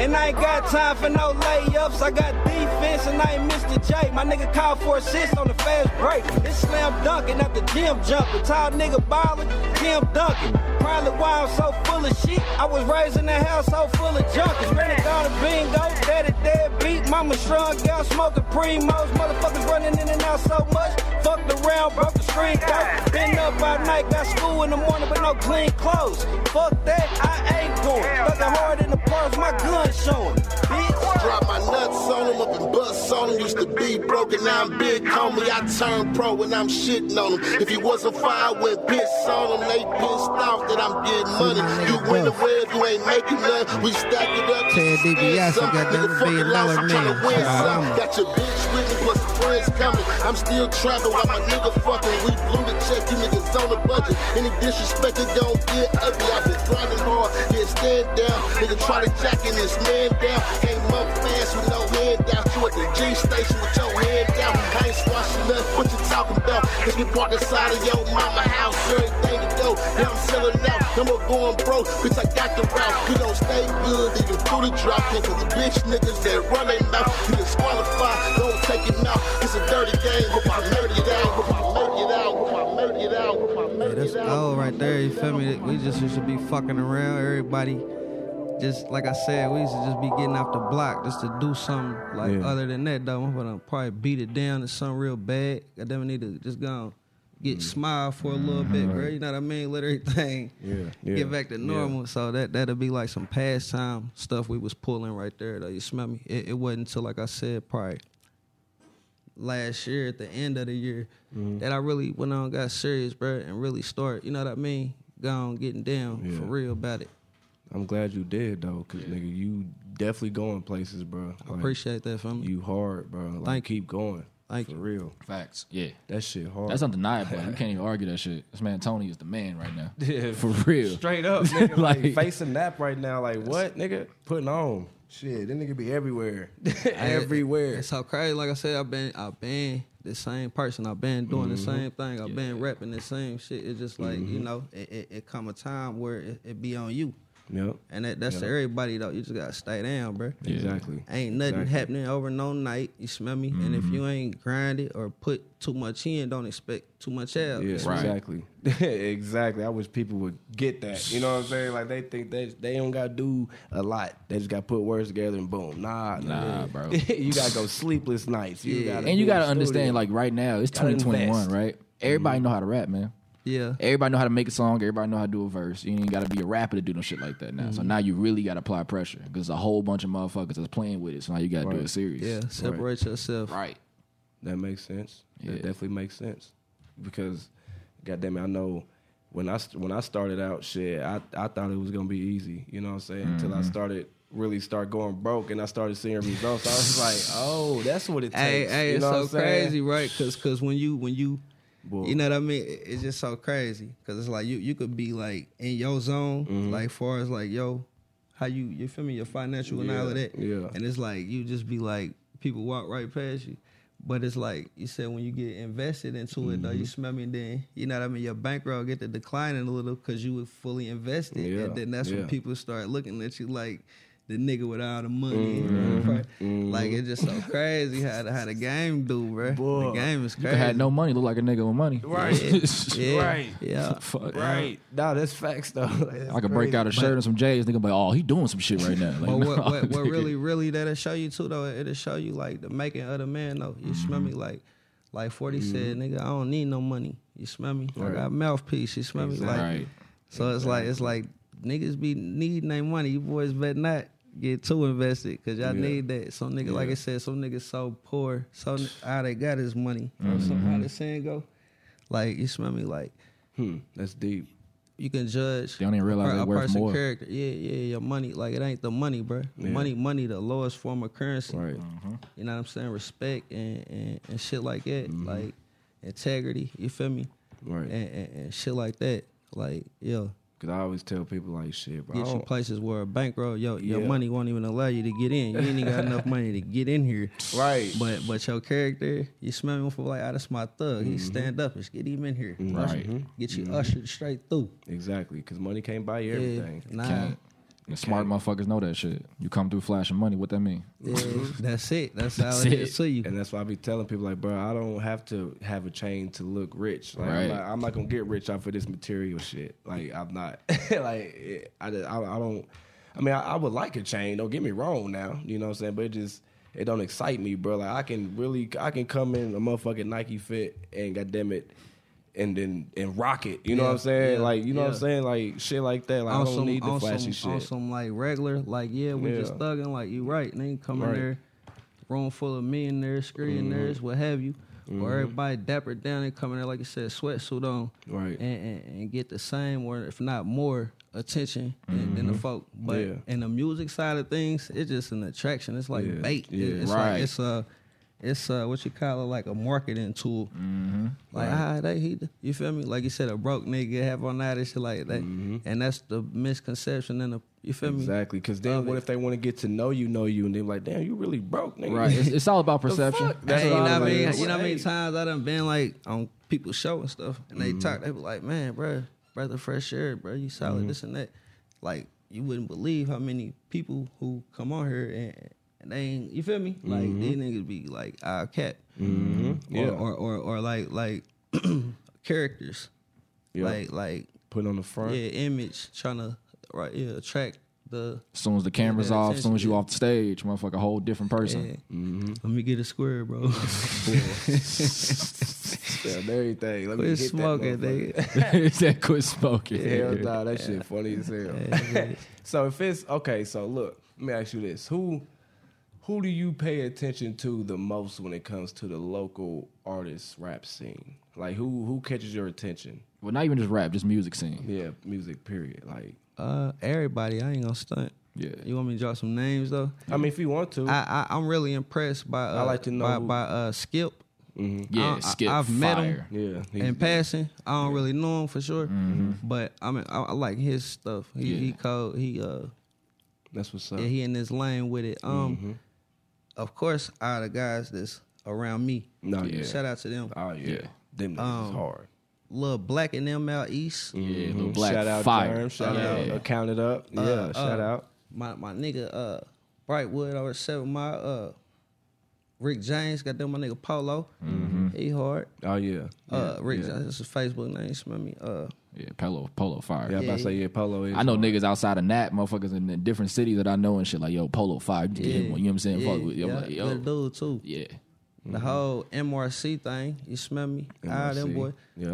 And I ain't got time for no layups. I got defense and I ain't Mr. J. My nigga called for assist on the fast break. It's slam dunking, not the gym jumping. Tall nigga ballin', Tim dunking. Probably why I'm so full of shit. I was raised in a house so full of junkies. Renegade to bingo, daddy dead beat. Mama strung, y'all smoking primos. Motherfuckers running in and out so much. Fucked around, broke the screen out. Been up all night, got school in the morning, but no clean clothes. Fuck that, I ain't going. Fucking hard in the parks, my gun showing. Bitch.
Drop my nuts on them, up and bust on them. Used to be broken, now I'm big, homie. I turned pro and I'm shitting on them. If you wasn't fired with piss on them, they pissed off that I'm getting money. You win the web, you ain't making none. We stack it up.
Ted DiBiase, I got that billion dollar
I'm trying
man.
to win
Shout out.
some. Got your bitch with me, plus the friends coming. I'm still trapping while my nigga fucking. We blew the check, you niggas on the budget. Any disrespect, it gon' get ugly. I've been grinding hard, yeah, stand down. Nigga try to jack in this man down. Came up fast with no head down. You at the G station with your head down. I ain't squashing nothing, what you talking about? Cause we parked inside of your mama house, everything to go. Now I'm selling out, number going broke, bitch, I got the route. You don't stay good, even through the drop. Cause the bitch niggas that run they mouth, you disqualify, don't take it now. It's a dirty game, hope I murder it out, hope I murder it out, hope I murder it out, hope I
Yeah,
murder
that's
it out.
gold right there. You feel me? We just used to be fucking around. Everybody, just like I said, we used to just be getting off the block just to do something like
Yeah.
other than that. Though I'm gonna probably beat it down to something real bad. I definitely need to just go.
Mm.
Get smile for a little bit, bro. You know what I mean? Let everything
*laughs* yeah,
get back to
yeah.
normal. So that that'll be like some pastime stuff we was pulling right there. Though you smell me? It, it wasn't until like I said, probably last year at the end of the year
Mm-hmm.
that I really went on got serious, bro, and really start. You know what I mean? Gone getting down
Yeah.
for real about it.
I'm glad you did though, cause nigga, you definitely going places, bro.
I appreciate that, family.
you hard, bro. Like,
Thank
keep going.
Thank
for
you.
real.
Facts. Yeah.
That shit hard.
That's undeniable. you can't even argue that shit. This man Tony is the man right now. For real. *laughs*
Straight
*laughs*
up, nigga, like,
Like-
facing nap right now. Like what, nigga? Putting on shit. That nigga be everywhere, *laughs* everywhere.
It's so crazy. Like I said, I've been I've been the same person. I've been doing
Mm-hmm.
the same thing. I've been rapping the same shit. It's just like you know, it, it, it come a time where it, it be on you,
Yep,
and that, that's to everybody though. You just gotta stay down, bro.
exactly.
Ain't nothing
Exactly. Mm-hmm.
happening over no night. You smell me? And if you ain't grinded or put too much in, don't expect too much out.
Yeah,
You smell me?
Right.
exactly. *laughs* exactly. I wish people would get that. You know what I'm saying? Like they think they they don't gotta do a lot. They just gotta put words together and boom. Nah,
Nah,
nigga.
bro.
*laughs* you gotta go sleepless nights. You gotta
And you
be in
gotta
the studio.
understand, like right now, it's
Gotta
2021,
invest.
right? Everybody know how to rap, man.
Yeah.
Everybody know how to make a song. Everybody know how to do a verse. You ain't got to be a rapper to do no shit like that now.
Mm-hmm.
So now you really got to apply pressure because a whole bunch of motherfuckers is playing with it. So now you got to do
Right.
it serious.
Yeah. Separate yourself.
Right.
That makes sense.
Yeah.
That definitely makes sense because, goddamn it, I know when I st- when I started out, shit, I I thought it was gonna be easy. You know what I'm saying? Until
Mm-hmm.
I started really start going broke and I started seeing results. I was like, oh, that's what it takes.
Hey, hey,
you
it's
know
so
what I'm saying?
crazy, right? Because cause when you when you
Boy.
you know what I mean, It- it's just so crazy. Because it's like you you could be like in your zone,
Mm-hmm.
like far as like yo, how you you feel me, your financial and all of
Yeah,
that.
yeah.
And it's like you just be like people walk right past you. But it's like you said, when you get invested into it,
Mm-hmm.
though, you smell me. Then you know what I mean. Your bankroll get to declining a little because you were fully invested,
Yeah,
and then that's
yeah.
when people start looking at you like the nigga with all the money. Right? *laughs* Like it's just so crazy how the, how the game do, bro. The
Boy.
game is
You
crazy.
had no money, look like a nigga with money. *laughs*
Right. yeah.
Right.
Yeah.
Fuck.
Nah, that's facts though. *laughs* Like,
I could break out a shirt and some J's. Nigga, be like, oh, he doing some shit right
*laughs*
now. Like,
But what,
no,
what, what
nigga.
really, really that'll show you too though, it'll show you like the making of the man though. You smell me
Mm-hmm.
like like 40 said, nigga, I don't need no money. You smell me? I got mouthpiece. You smell me? Like
Right.
so it's like it's like niggas be needing their money. You boys better not get too invested because y'all need that. Some nigga, like I said, some niggas so poor, so n- all they got is money. You know some-
Mm-hmm.
how the saying go? Like you smell me? Like
Hmm, that's deep.
you can judge.
They don't even
a
realize
per-
they're
a
worth
person
more.
character. Yeah, yeah, your money. Like it ain't the money, bro. Money, money, the lowest form of currency.
Right.
You know what I'm saying? Respect and and, and shit like that.
Mm-hmm.
Like integrity. You feel me?
Right.
And, and, and shit like that. Like yeah.
Cause I always tell people like, shit, bro. I
Get you
don't-
places where a bankroll, yo, your
Yeah.
money won't even allow you to get in. You ain't even got enough money to get in here.
Right.
But but your character, you smell me for like, oh, that's my thug.
Mm-hmm.
He stand up, just get him in here.
*laughs*
Mm-hmm.
Right.
Get you ushered straight through.
Exactly. Cause money can't buy you
Yeah,
everything.
Nah.
Can't. The smart motherfuckers know that shit. You come through flashing money. What that mean?
Yeah, *laughs* that's it. That's, how
That's
it
it.
is to you.
And that's why I be telling people like, bro, I don't have to have a chain to look rich. Like,
Right.
I'm, not, I'm not gonna get rich off of this material shit. Like, I'm not. *laughs* like, it, I, just- I, I don't. I mean, I, I would like a chain. Don't get me wrong. Now, you know what I'm saying, but it just it don't excite me, bro. Like, I can really, I can come in a motherfucking Nike fit and goddamn it. And then and rock it, you know what I'm saying?
yeah,
like you know what
yeah.
I'm saying? Like shit like that. Like I don't need the
on
flashy
some,
shit.
on some, like regular, like yeah, we just
Yeah.
thugging. Like you right, and then you come in
Right. Mm-hmm.
there, room full of millionaires, screeners, what have you, or everybody dappered down and coming there like you said, sweatsuit on,
Right.
and, and, and get the same or if not more attention than, than the folk. But
Mm-hmm. Yeah.
in the music side of things, it's just an attraction. It's like
Yeah,
bait.
yeah.
It- it's
Right.
Like, it's a it's uh what you call it like a marketing tool. Like ah, they he, you feel me? Like you said, a broke nigga have on that and shit like that, and that's the misconception and the you feel me?
Mm-hmm. Exactly, because then
Love
what
it.
if they want to get to know you, know you, and they're like, damn, you really broke, nigga.
Right.
*laughs*
It's, it's all about perception.
fuck?
That's
Hey, you
what
know
I
what I
was
mean?
like,
You know how many
hey. Mm-hmm.
times I done been like on people's show and stuff, and they talk, they be like, man, bruh, brother, fresh air, bro,
Mm-hmm.
you solid, this and that. Like, you wouldn't believe how many people who come on here and, and they ain't, you feel me? Like, these niggas be like, ah, cat.
Mm-hmm. Yeah.
Or, or, or, or like, like *clears throat* characters.
Yeah.
Like, like,
Put on the front.
yeah, image, trying to, right, yeah, attract the,
As soon as the camera's
Yeah,
off, as soon as you
attention,
off the stage, motherfucker, a whole different person.
yeah.
Mm-hmm.
Let me get a
*laughs*
square, bro.
Yeah, everything. Let me
Quit
get
smoking,
that motherfucker.
*laughs*
nigga.
It's that quit smoking.
Hell nah, that shit funny as *laughs* hell. so if it's okay, so look, let me ask you this: who, who do you pay attention to the most when it comes to the local artist rap scene? Like who who catches your attention?
Well, not even just rap, just music scene.
Yeah, music. Period. Like
uh, everybody. I ain't gonna stunt.
Yeah.
You want me to drop some names though?
I mean, if you want to,
I, I I'm really impressed by. Uh,
I like to know
by,
who-
by uh, Skip.
Yeah,
I- I-
skip.
I've
fire.
met him.
yeah, he's-
in passing. I don't really know him for sure, but I mean, I, I like his stuff. He, he
Mm-hmm. Yeah.
called he uh
that's what's up.
yeah, he in his lane with it. Um,
Mm-hmm.
of course, all the guys that's around me.
No,
Yeah.
yeah.
Shout out to them.
Oh yeah,
Yeah.
them niggas
Um,
is hard. Mm-hmm.
Little black and them out east.
Yeah,
mm-hmm.
little black
shout out
fire.
Germ, shout
Yeah.
out, uh, count it up. Yeah,
Uh,
shout
uh,
out.
My my nigga uh Brightwood over seven mile uh. Rick James, got them my nigga Polo.
Mm-hmm.
He hard.
Oh yeah, yeah,
Uh, Rick
Yeah,
James, that's his Facebook name. Smell me. Uh,
Yeah, polo, polo fire.
yeah, I'm about to say yeah, Polo is.
I know niggas outside of Nat, motherfuckers in the different cities that I know and shit. Like, yo, Polo Fire, you, yeah. you know what I'm saying?
Yeah,
Fuck with you. I'm
yeah,
like, yo, Mm-hmm.
good dude too.
yeah,
The whole MRC thing, you smell me? Ah, them
MRC.
boy.
Yeah,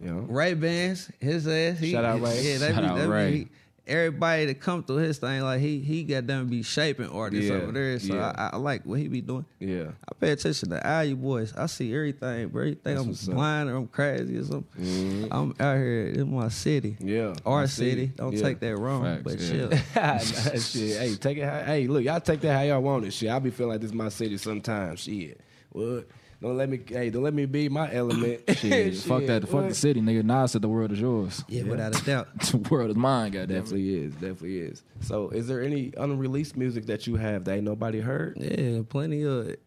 yeah.
Ray Bans, his ass. He,
Shout out Ray.
Yeah, that
Shout
be,
out
that be-
Ray.
he- everybody that come through his thing, like he he got them be shaping artists
Yeah,
over there. So
yeah.
I, I like what he be doing.
Yeah,
I pay attention to all you boys. I see everything, bro. You think
what's
I'm
up.
blind or I'm crazy or something?
Mm-hmm.
I'm out here in my city.
Yeah,
Our
I see
city.
it.
Don't
Yeah.
take that wrong,
Facts,
but
yeah.
*laughs*
chill.
*laughs*
Nah, shit. Hey, take it. How, hey, look, y'all take that how y'all want it. Shit, I be feeling like this my city sometimes. Shit, what? Don't let me. Hey, don't let me be my element. *laughs*
shit. fuck that. Fuck the
what?
city, nigga. Nas said the world is yours.
Yeah, without a doubt.
*laughs* The world is mine, goddamn. it.
Definitely is. Definitely is. So, is there any unreleased music that you have that ain't nobody heard?
Yeah, plenty of it.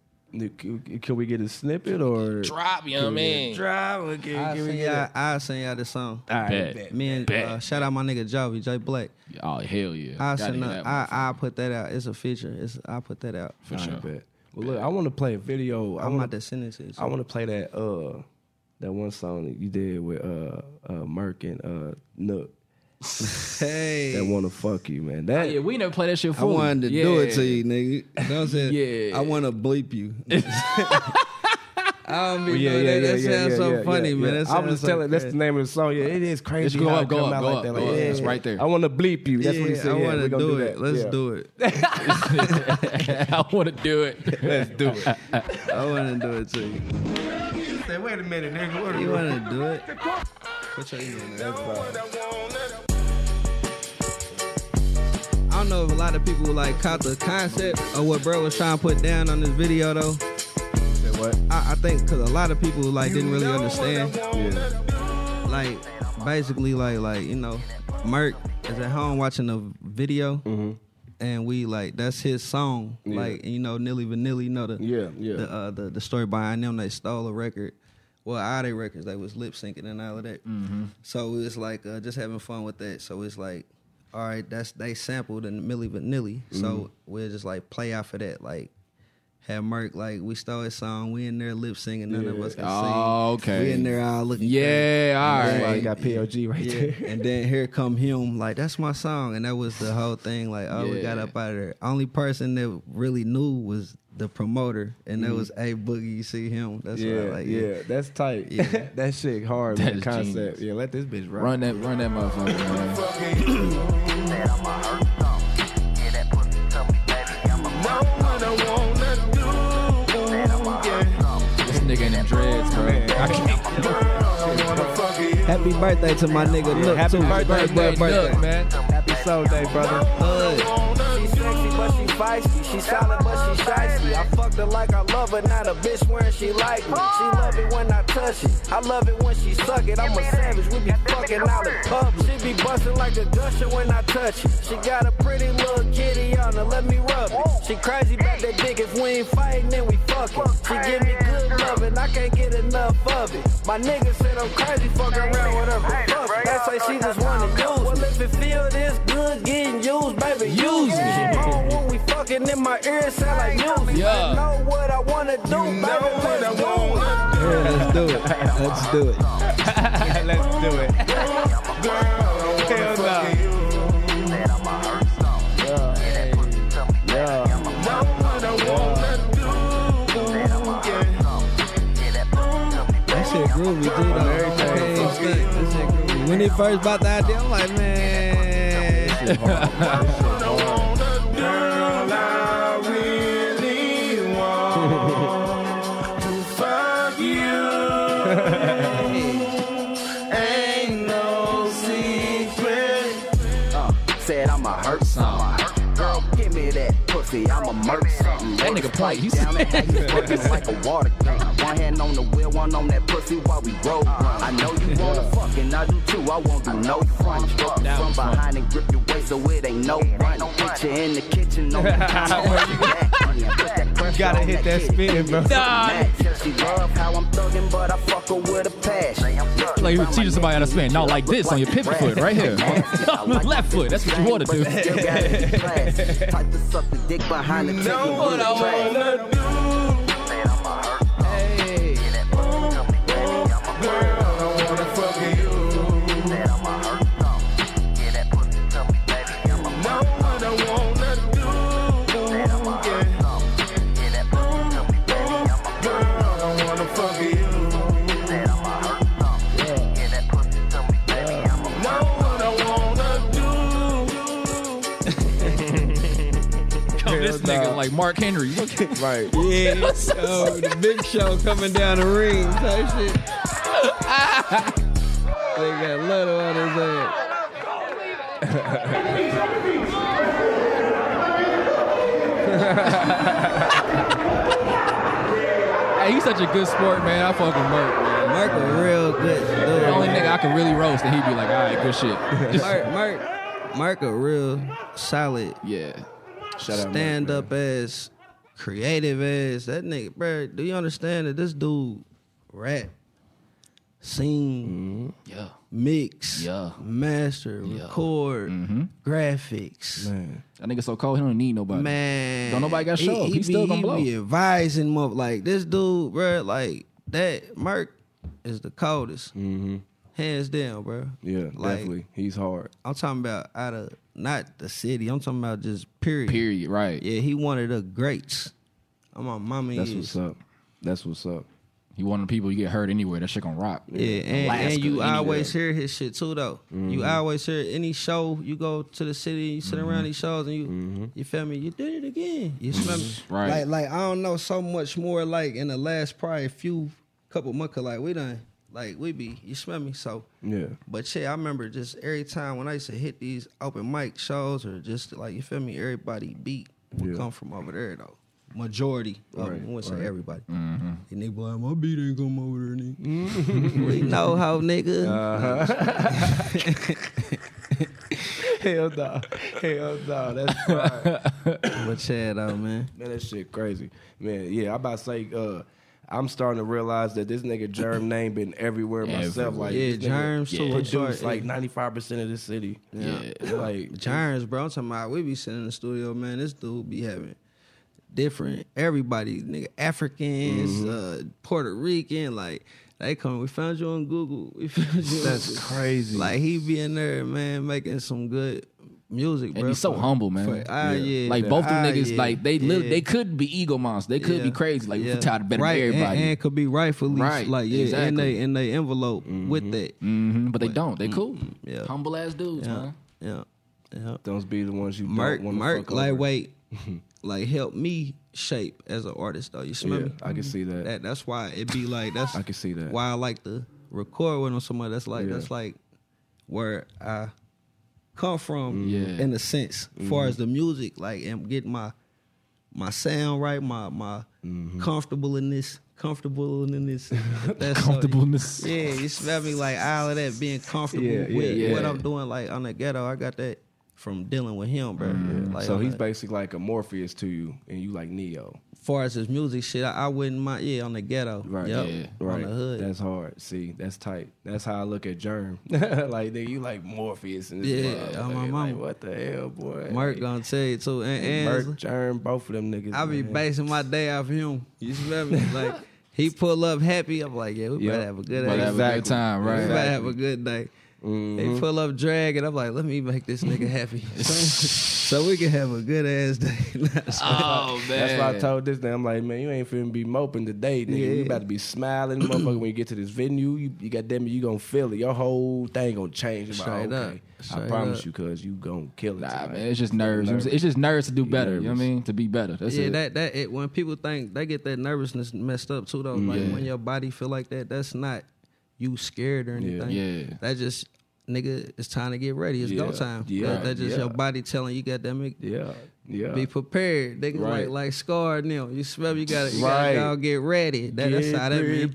Can can we get a snippet or?
Drop, you know what I mean?
Drive again.
I send y'all, I send y'all this song.
Bet.
Me and uh,
Bet.
shout out my nigga Jovi J Black.
Oh, hell yeah.
I
Gotta
send
hear
a-
that one.
I I put that out. It's a feature. It's I put that out.
for sure.
Well, look, I want to play a video. I
I'm
want
about
to.
to send it to you.
I want to play that uh that one song that you did with uh uh Merc and uh Nook.
hey,
That want to fuck you, man.
Oh,
That
Yeah, we never played that shit
I
for
wanted to do it to you, nigga.
*laughs*
Don't say
Yeah.
I want to bleep you. *laughs* I don't mean
yeah,
doing
yeah,
that.
yeah,
That
yeah,
sounds
yeah,
so
yeah,
funny,
yeah,
man.
yeah.
That
I'm
sounds
just
so
telling. That's
crazy.
the name of the song. Yeah, it is crazy.
go
how
up,
it
go
come
up,
out
go
like
up,
that.
go up.
Like, yeah,
It's
yeah.
right there.
I want to bleep you. *laughs* That's
yeah,
what he said.
I
Yeah,
want
we
to
gonna
do it. Let's
Yeah.
do
*laughs*
it.
I want to do
*laughs*
it.
Let's do it.
I want to do it to you.
*laughs* Say, wait a minute, nigga. What
You want to do it? Put your email in there. I don't know if a lot of people like caught the concept of what bro was trying to put down on this video though.
what?
I, I think because a lot of people like didn't really understand.
Yeah.
Like basically like like you know, Merk is at home watching a video, and we like that's his song.
Mm-hmm. Yeah.
Like and, you know, Nilly Vanilli, you know the
Yeah, yeah.
the, uh, the the story behind them. They stole a record. Well, all their records they was lip syncing and all of that. So it was like uh, just having fun with that. So it's like, all right, that's they sampled and Millie Vanilli.
Mm-hmm.
So we'll just like play off of that. Like have Merk like we stole his song. We in there lip synging. None of us can sing.
Oh, okay.
We in there all looking.
Yeah,
That's
all
why you
right.
got PLG right
*laughs* Yeah,
there.
and then here come him, like that's my song, and that was the whole thing. Like, oh, we got
Yeah.
up out of there. Only person that really knew was the promoter, and
Mm-hmm.
that was a boogie. You see him? That's
Yeah,
what I like.
yeah, that's tight.
*laughs* Yeah.
that shit hard.
That
man,
is
concept.
genius.
Yeah, let this bitch rock.
Run that, run that motherfucker. Man. This nigga in them dreads, bro. I can't
Happy birthday to my nigga. Look,
happy
too.
birthday,
play Nook, man.
Happy soul day, brother.
Hood.
She sexy, but she feisty. She solid, but she shicey. I fucked her like I love her, not a bitch wearing she like me. She love it when I touch it. I love it when she suck it. I'm a savage, we be fucking out in public. She be busting like a gusher when I touch it. She got a pretty little kitty on her, let me rub it. She crazy about that dick. If we ain't fighting, then we fucking. She give me good loving, I can't get enough of it. My nigga said I'm crazy, fucking around with her for fuck. That's like she just wanna use. Well, if it feel this good, getting used, baby, use me. She wrong when we fucking in my ear, sound like music.
Yeah.
I know what I wanna do, baby. let's do it.
Yeah, let's do it. Let's do it.
Let's do it. Hell no. Yeah.
That shit groovy, too. Though. I can't even speak. That shit groovy. When he first bought the idea, I'm like, man.
guilty, I'ma murk something.
That nigga play. He
down
said-
that night, he's
*laughs*
working like a water gun. One hand on the wheel, one on that pussy while we roll. I know you wanna fuck, and I do too. I won't do no front. Stroke you from behind and grip your waist so it ain't no run. Put you in the
*laughs*
kitchen, no You
gotta hit that spin, bro.
She love how I'm thugging, but I fuck her with a passion.
Like you were teaching somebody how to spin. Not like this on your pivot foot, right here. *laughs* On the left foot. That's what you want
*laughs*
to do.
Type to suck the dick behind the table.
what I wanna do.
Yo, this nigga like Mark Henry. Look at
Right.
Yeah, oh, the big show coming down the ring type shit. *laughs* they got little on his head.
Hey, he's such a good sport, man. I fucking Mark, man.
Mark a real good
The only
dude.
nigga I can really roast, and he'd be like, all right, good
*laughs*
shit. Just-
Mark, Mark, Mark a real solid
yeah.
Shout out,
stand
Mark,
up as creative as that nigga, bro. Do you understand that this dude rap, sing,
Yeah.
Mm-hmm. mix,
Yeah.
master, record, graphics, Mm-hmm. man.
man.
That nigga so cold, he don't need nobody. Don't nobody got
He-
show.
He,
He's still
be-
gonna blow.
He be advising more like this dude, bro. Like that Mark is the coldest, hands down, bro.
Yeah,
like
definitely. He's hard.
I'm talking about out of not the city. I'm talking about just period.
Period. Right.
Yeah, he one of the greats. I'm on mommy.
That's what's up. That's what's up.
You one of the people you get hurt anywhere. That shit gonna rock.
Yeah, and,
Alaska,
and you
anywhere. Mm-hmm.
always hear his shit too, though. You always hear any show you go to the city, you sit around these shows, and you you feel me. You did it again. You smell me,
Mm-hmm. Right.
Like like I don't know so much more. Like in the last probably few couple months, 'cause, like we done like we be. You smell me? So
Yeah.
But yeah, I remember just every time when I used to hit these open mic shows or just like you feel me, everybody beat would
Yeah.
come from over there though. Majority, of
Right,
them. I wouldn't
right. Mm-hmm.
say everybody. And they be like, my beat ain't come over there, nigga. we know how, nigga.
Uh, Hell no. Hell no. That's
*laughs*
fine.
But yeah, though, man.
Man, that shit crazy. Man, yeah, I about to say, uh, I'm starting to realize that this nigga *coughs* Germ name been everywhere myself. Like,
yeah,
this nigga
germs too. I'm
produced
sorry.
like 95 percent of the city.
Yeah.
like
Giants, bro. I'm talking about we be sitting in the studio, man. This dude be having different everybody, nigga, Africans,
Mm-hmm.
uh, Puerto Rican, like they come. We found you on Google. *laughs* We found you. on
That's
Google."
crazy.
Like he be in there, man, making some good music, bro.
And he's so
for-
humble, man.
for- ah,
Yeah.
yeah.
Like both them
ah,
niggas,
yeah,
like they lit-
yeah,
they could be ego monsters. They could be
yeah,
crazy. Like
yeah.
we tired better
right,
than
and-
everybody.
and, could be rightfully
Right,
like yeah, and
exactly.
they and they envelope
Mm-hmm.
with that,
Mhm, but they don't. They cool.
mm, yeah.
Humble ass dudes,
yeah,
man.
yeah, yeah.
those be the ones you
Merk,
don't want
Merk,
to
lightweight,
*laughs*
like help me shape as an artist though. You smell
Yeah,
me?
I can see that.
That that's why it be like that's.
I can see that.
Why I like to record with him so much. That's like
Yeah.
that's like where I come from.
Yeah.
in a sense,
Mm-hmm.
far as the music, like and get my my sound right, my my
Mm-hmm.
comfortable in this, comfortable
*laughs*
in this, that's so-
Comfortableness.
yeah, you smell me like all of that being comfortable
Yeah, yeah,
with
yeah.
what I'm doing. Like on the ghetto, I got that from dealing with him, bro. Like,
Mm-hmm. So
on
he's
that-
basically like a Morpheus to you, and you like Neo.
far as his music shit, I, I wouldn't mind. Yeah, on the ghetto,
Right.
Yup,
Yeah. Right.
on the hood.
That's hard. See, that's tight. That's how I look at Germ. *laughs* like nigga, you like Morpheus and this
Yeah,
motherfucker.
I'm my
Like,
mama.
what the hell, boy?
Mark gonna tell you too, and, and
Merk, Germ, both of them niggas.
I be
man.
basing my day off him. You
*laughs*
smell me? Like he pull up happy, I'm like, yeah, we
Yep.
better have a good
But
day.
have a good Mm-hmm.
Exactly.
time,
We
right?
better have a good day. They pull up drag, and I'm like, let me make this nigga
*laughs*
happy, so, so we can have a good ass day. *laughs*
Oh man.
That's why I told this nigga, I'm like, man, you ain't finna be moping today, nigga. You
Yeah.
about to be smiling, motherfucker. When you get to this venue, you, you goddamn it, you gonna feel it. Your whole thing gonna change. I'm Like,
Straight up.
okay, I
Straight
promise
up.
you, cause you gonna kill it.
Nah,
tonight.
man, it's just nerves. You know what I'm saying? It's just nerves to do better. You know what I
nervous.
mean? To be better. That's
yeah,
it.
that that it, when people think they get that nervousness messed up too though. Like
Yeah.
when your body feel like that, that's not you scared or anything.
Yeah.
That just nigga, it's time to get ready. It's
Yeah.
go time.
Yeah.
That, that just
Yeah.
your body telling you, goddamn it,
Yeah. Yeah.
Be prepared. They
Right.
like like scar now. You smell you gotta you
Right.
gotta go get ready. That, that's how that mean.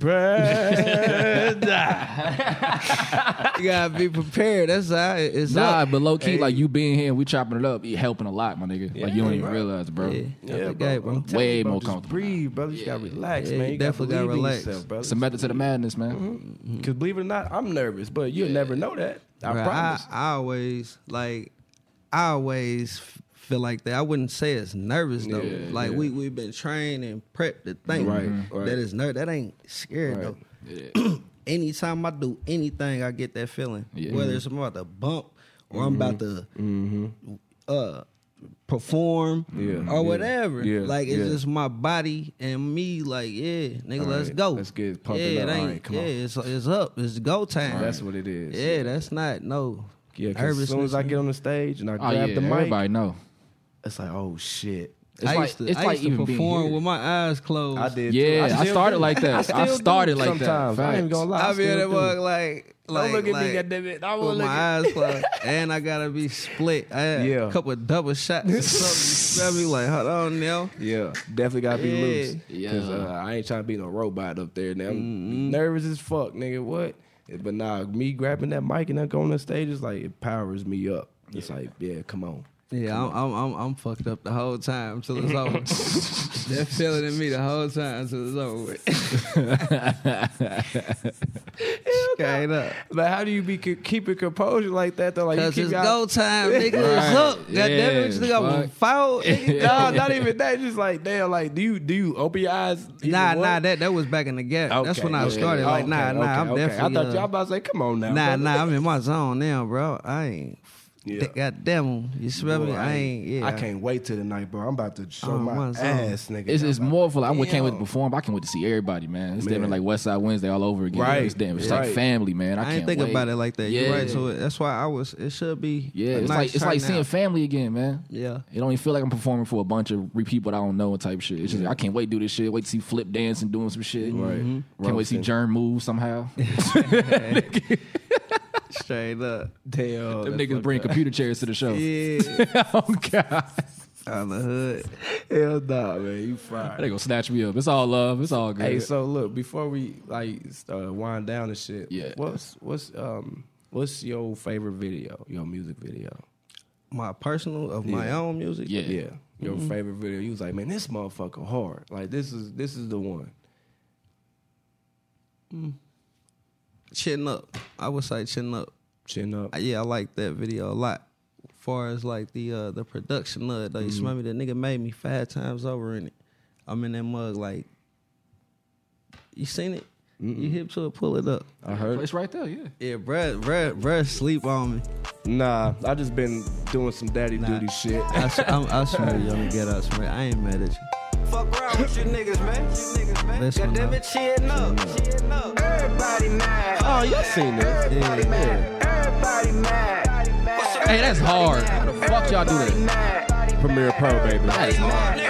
*laughs*
You gotta be prepared. That's how it- it's
Nah,
up.
but low key, like you being here, we chopping it up, you helping a lot, my nigga. like you don't even realize, bro.
Yeah.
Yeah,
That's
bro.
the game, bro.
I'm telling
Way
you, bro,
more
just
comfortable.
Breathe, brother. You just gotta relax,
Yeah,
man.
you
You definitely
definitely
gotta
gotta
believe in
relax.
Yourself, brother.
It's a method to the madness,
Mm-hmm.
man.
Because *laughs* believe it or not, I'm nervous, but you'll never know that. I
Bruh,
promise.
I, I always like I always f- feel like that. I wouldn't say it's nervous though.
Yeah,
like
yeah.
we we've been trained and prepped to think
Right, right.
that is ner- that ain't scared
Right.
though. *clears throat* Anytime I do anything, I get that feeling.
Yeah.
Whether it's I'm about to bump or
Mm-hmm.
I'm about to uh perform
Yeah, yeah,
or whatever.
yeah,
Like it's
yeah.
just my body and me like, yeah, nigga,
All
let's
right,
go.
let's get it pumping
yeah,
up.
It
All
ain't,
right, come
yeah,
on.
it's it's up. It's go time.
That's what it is.
Yeah, that's not no.
Yeah, 'cause as soon as I get on the stage and I
Oh
grab
yeah,
the mic,
everybody know.
it's like, oh shit.
I
it's
used
like-
to,
it's
I
like
used to
even being
perform
here.
with my eyes closed.
I did.
Yeah,
too.
I
still
started
do.
like that. I
still do
started like that.
sometimes. I ain't
Facts.
gonna lie.
I be in
still
that
do.
mug like, like,
Don't look at
like,
me, goddammit. I
with
won't
my
look at *laughs*
eyes closed, and I gotta be split. I had
Yeah.
a couple of double shots. Or something. You feel me? Like, hold on now.
Yeah, definitely gotta be
Yeah. Mm-hmm.
loose. Yeah,
Yeah.
uh, I ain't trying to be no robot up there. Now, I'm nervous as fuck, nigga. What? But nah, me grabbing that mic and then going on the stage is like it powers me up. It's like, yeah, come on.
Yeah, I'm, I'm, I'm, I'm fucked up the whole time till
*laughs*
it's over. They're feeling in me the whole time till it's over.
*laughs*
with. Straight up.
But how do you be c- keeping composure like that though? Like you
Cause
keep
it's
your-
go time, nigga. It's
Right.
up. God damn it, what you think I
Yeah,
was foul? *laughs* nigga?
Nah, not even that. Just like damn, like do you do you open your eyes? even
Nah,
once?
nah, that that was back in the gap. That's
Okay,
when I
okay,
started. Like,
okay,
nah, nah,
okay,
I'm
okay.
definitely.
I thought y'all
uh,
about to say, come on now.
Nah,
brother.
nah, I'm in my zone now, bro. I ain't.
Yeah.
God damn, you smell
Boy,
me? I ain't. Yeah,
I can't wait till tonight, bro. I'm about to show
Oh,
my
my son.
ass, nigga.
It's,
I'm
it's
about-
more for like I can't wait to perform. but I can't wait to see everybody, man. It's
Man.
damn like West Side Wednesday all over again.
Right.
It's damn. It's
Right.
like family, man. I,
I,
can't
ain't think
wait.
about it like that.
Yeah.
You're right. So that's why I was. It should be.
Yeah,
a
it's
nice
like it's like
turnout.
seeing family again, man.
Yeah.
It don't even feel like I'm performing for a bunch of re- people that I don't know and type shit. It's just I can't wait to do this shit. Wait to see Flip dancing doing some shit. Right. Can't wait to see
Roasting.
Jern move somehow.
straight up.
Damn,
Them
that's
niggas bring computer chairs to the show.
Yeah,
*laughs* oh god.
on the hood.
Hell nah, man. You fried.
They gonna snatch me up. It's all love. It's all good.
Hey, so look, before we like uh, wind down and shit,
Yeah.
what's what's um what's your favorite video, your music video?
My personal of my own music.
yeah.
Yeah. Your favorite video. You was like, man, this motherfucker hard. Like this is this is the one.
chin up. I would say chin up.
Chin up.
Uh, yeah, I like that video a lot. Far as like the uh the production of it, though, you smell me. That nigga made me five times over in it. I'm in that mug like. You seen it? You hip to it? Pull it up.
I heard.
it's right there. Yeah.
Yeah, bruh, bruh, bruh, sleep on me.
Nah, I just been doing some daddy duty shit.
I, s- I'm, I swear you don't get us, man. I ain't mad at you.
Fuck around with you niggas, man. You niggas, man.
This one,
God damn
though.
it, chin up. Chin up. Everybody mad.
Oh, y'all seen this?
Everybody
Yeah.
mad. Everybody mad.
Hey, that's hard. How the fuck y'all do that?
that?
Premiere Pro, baby.
That is hard.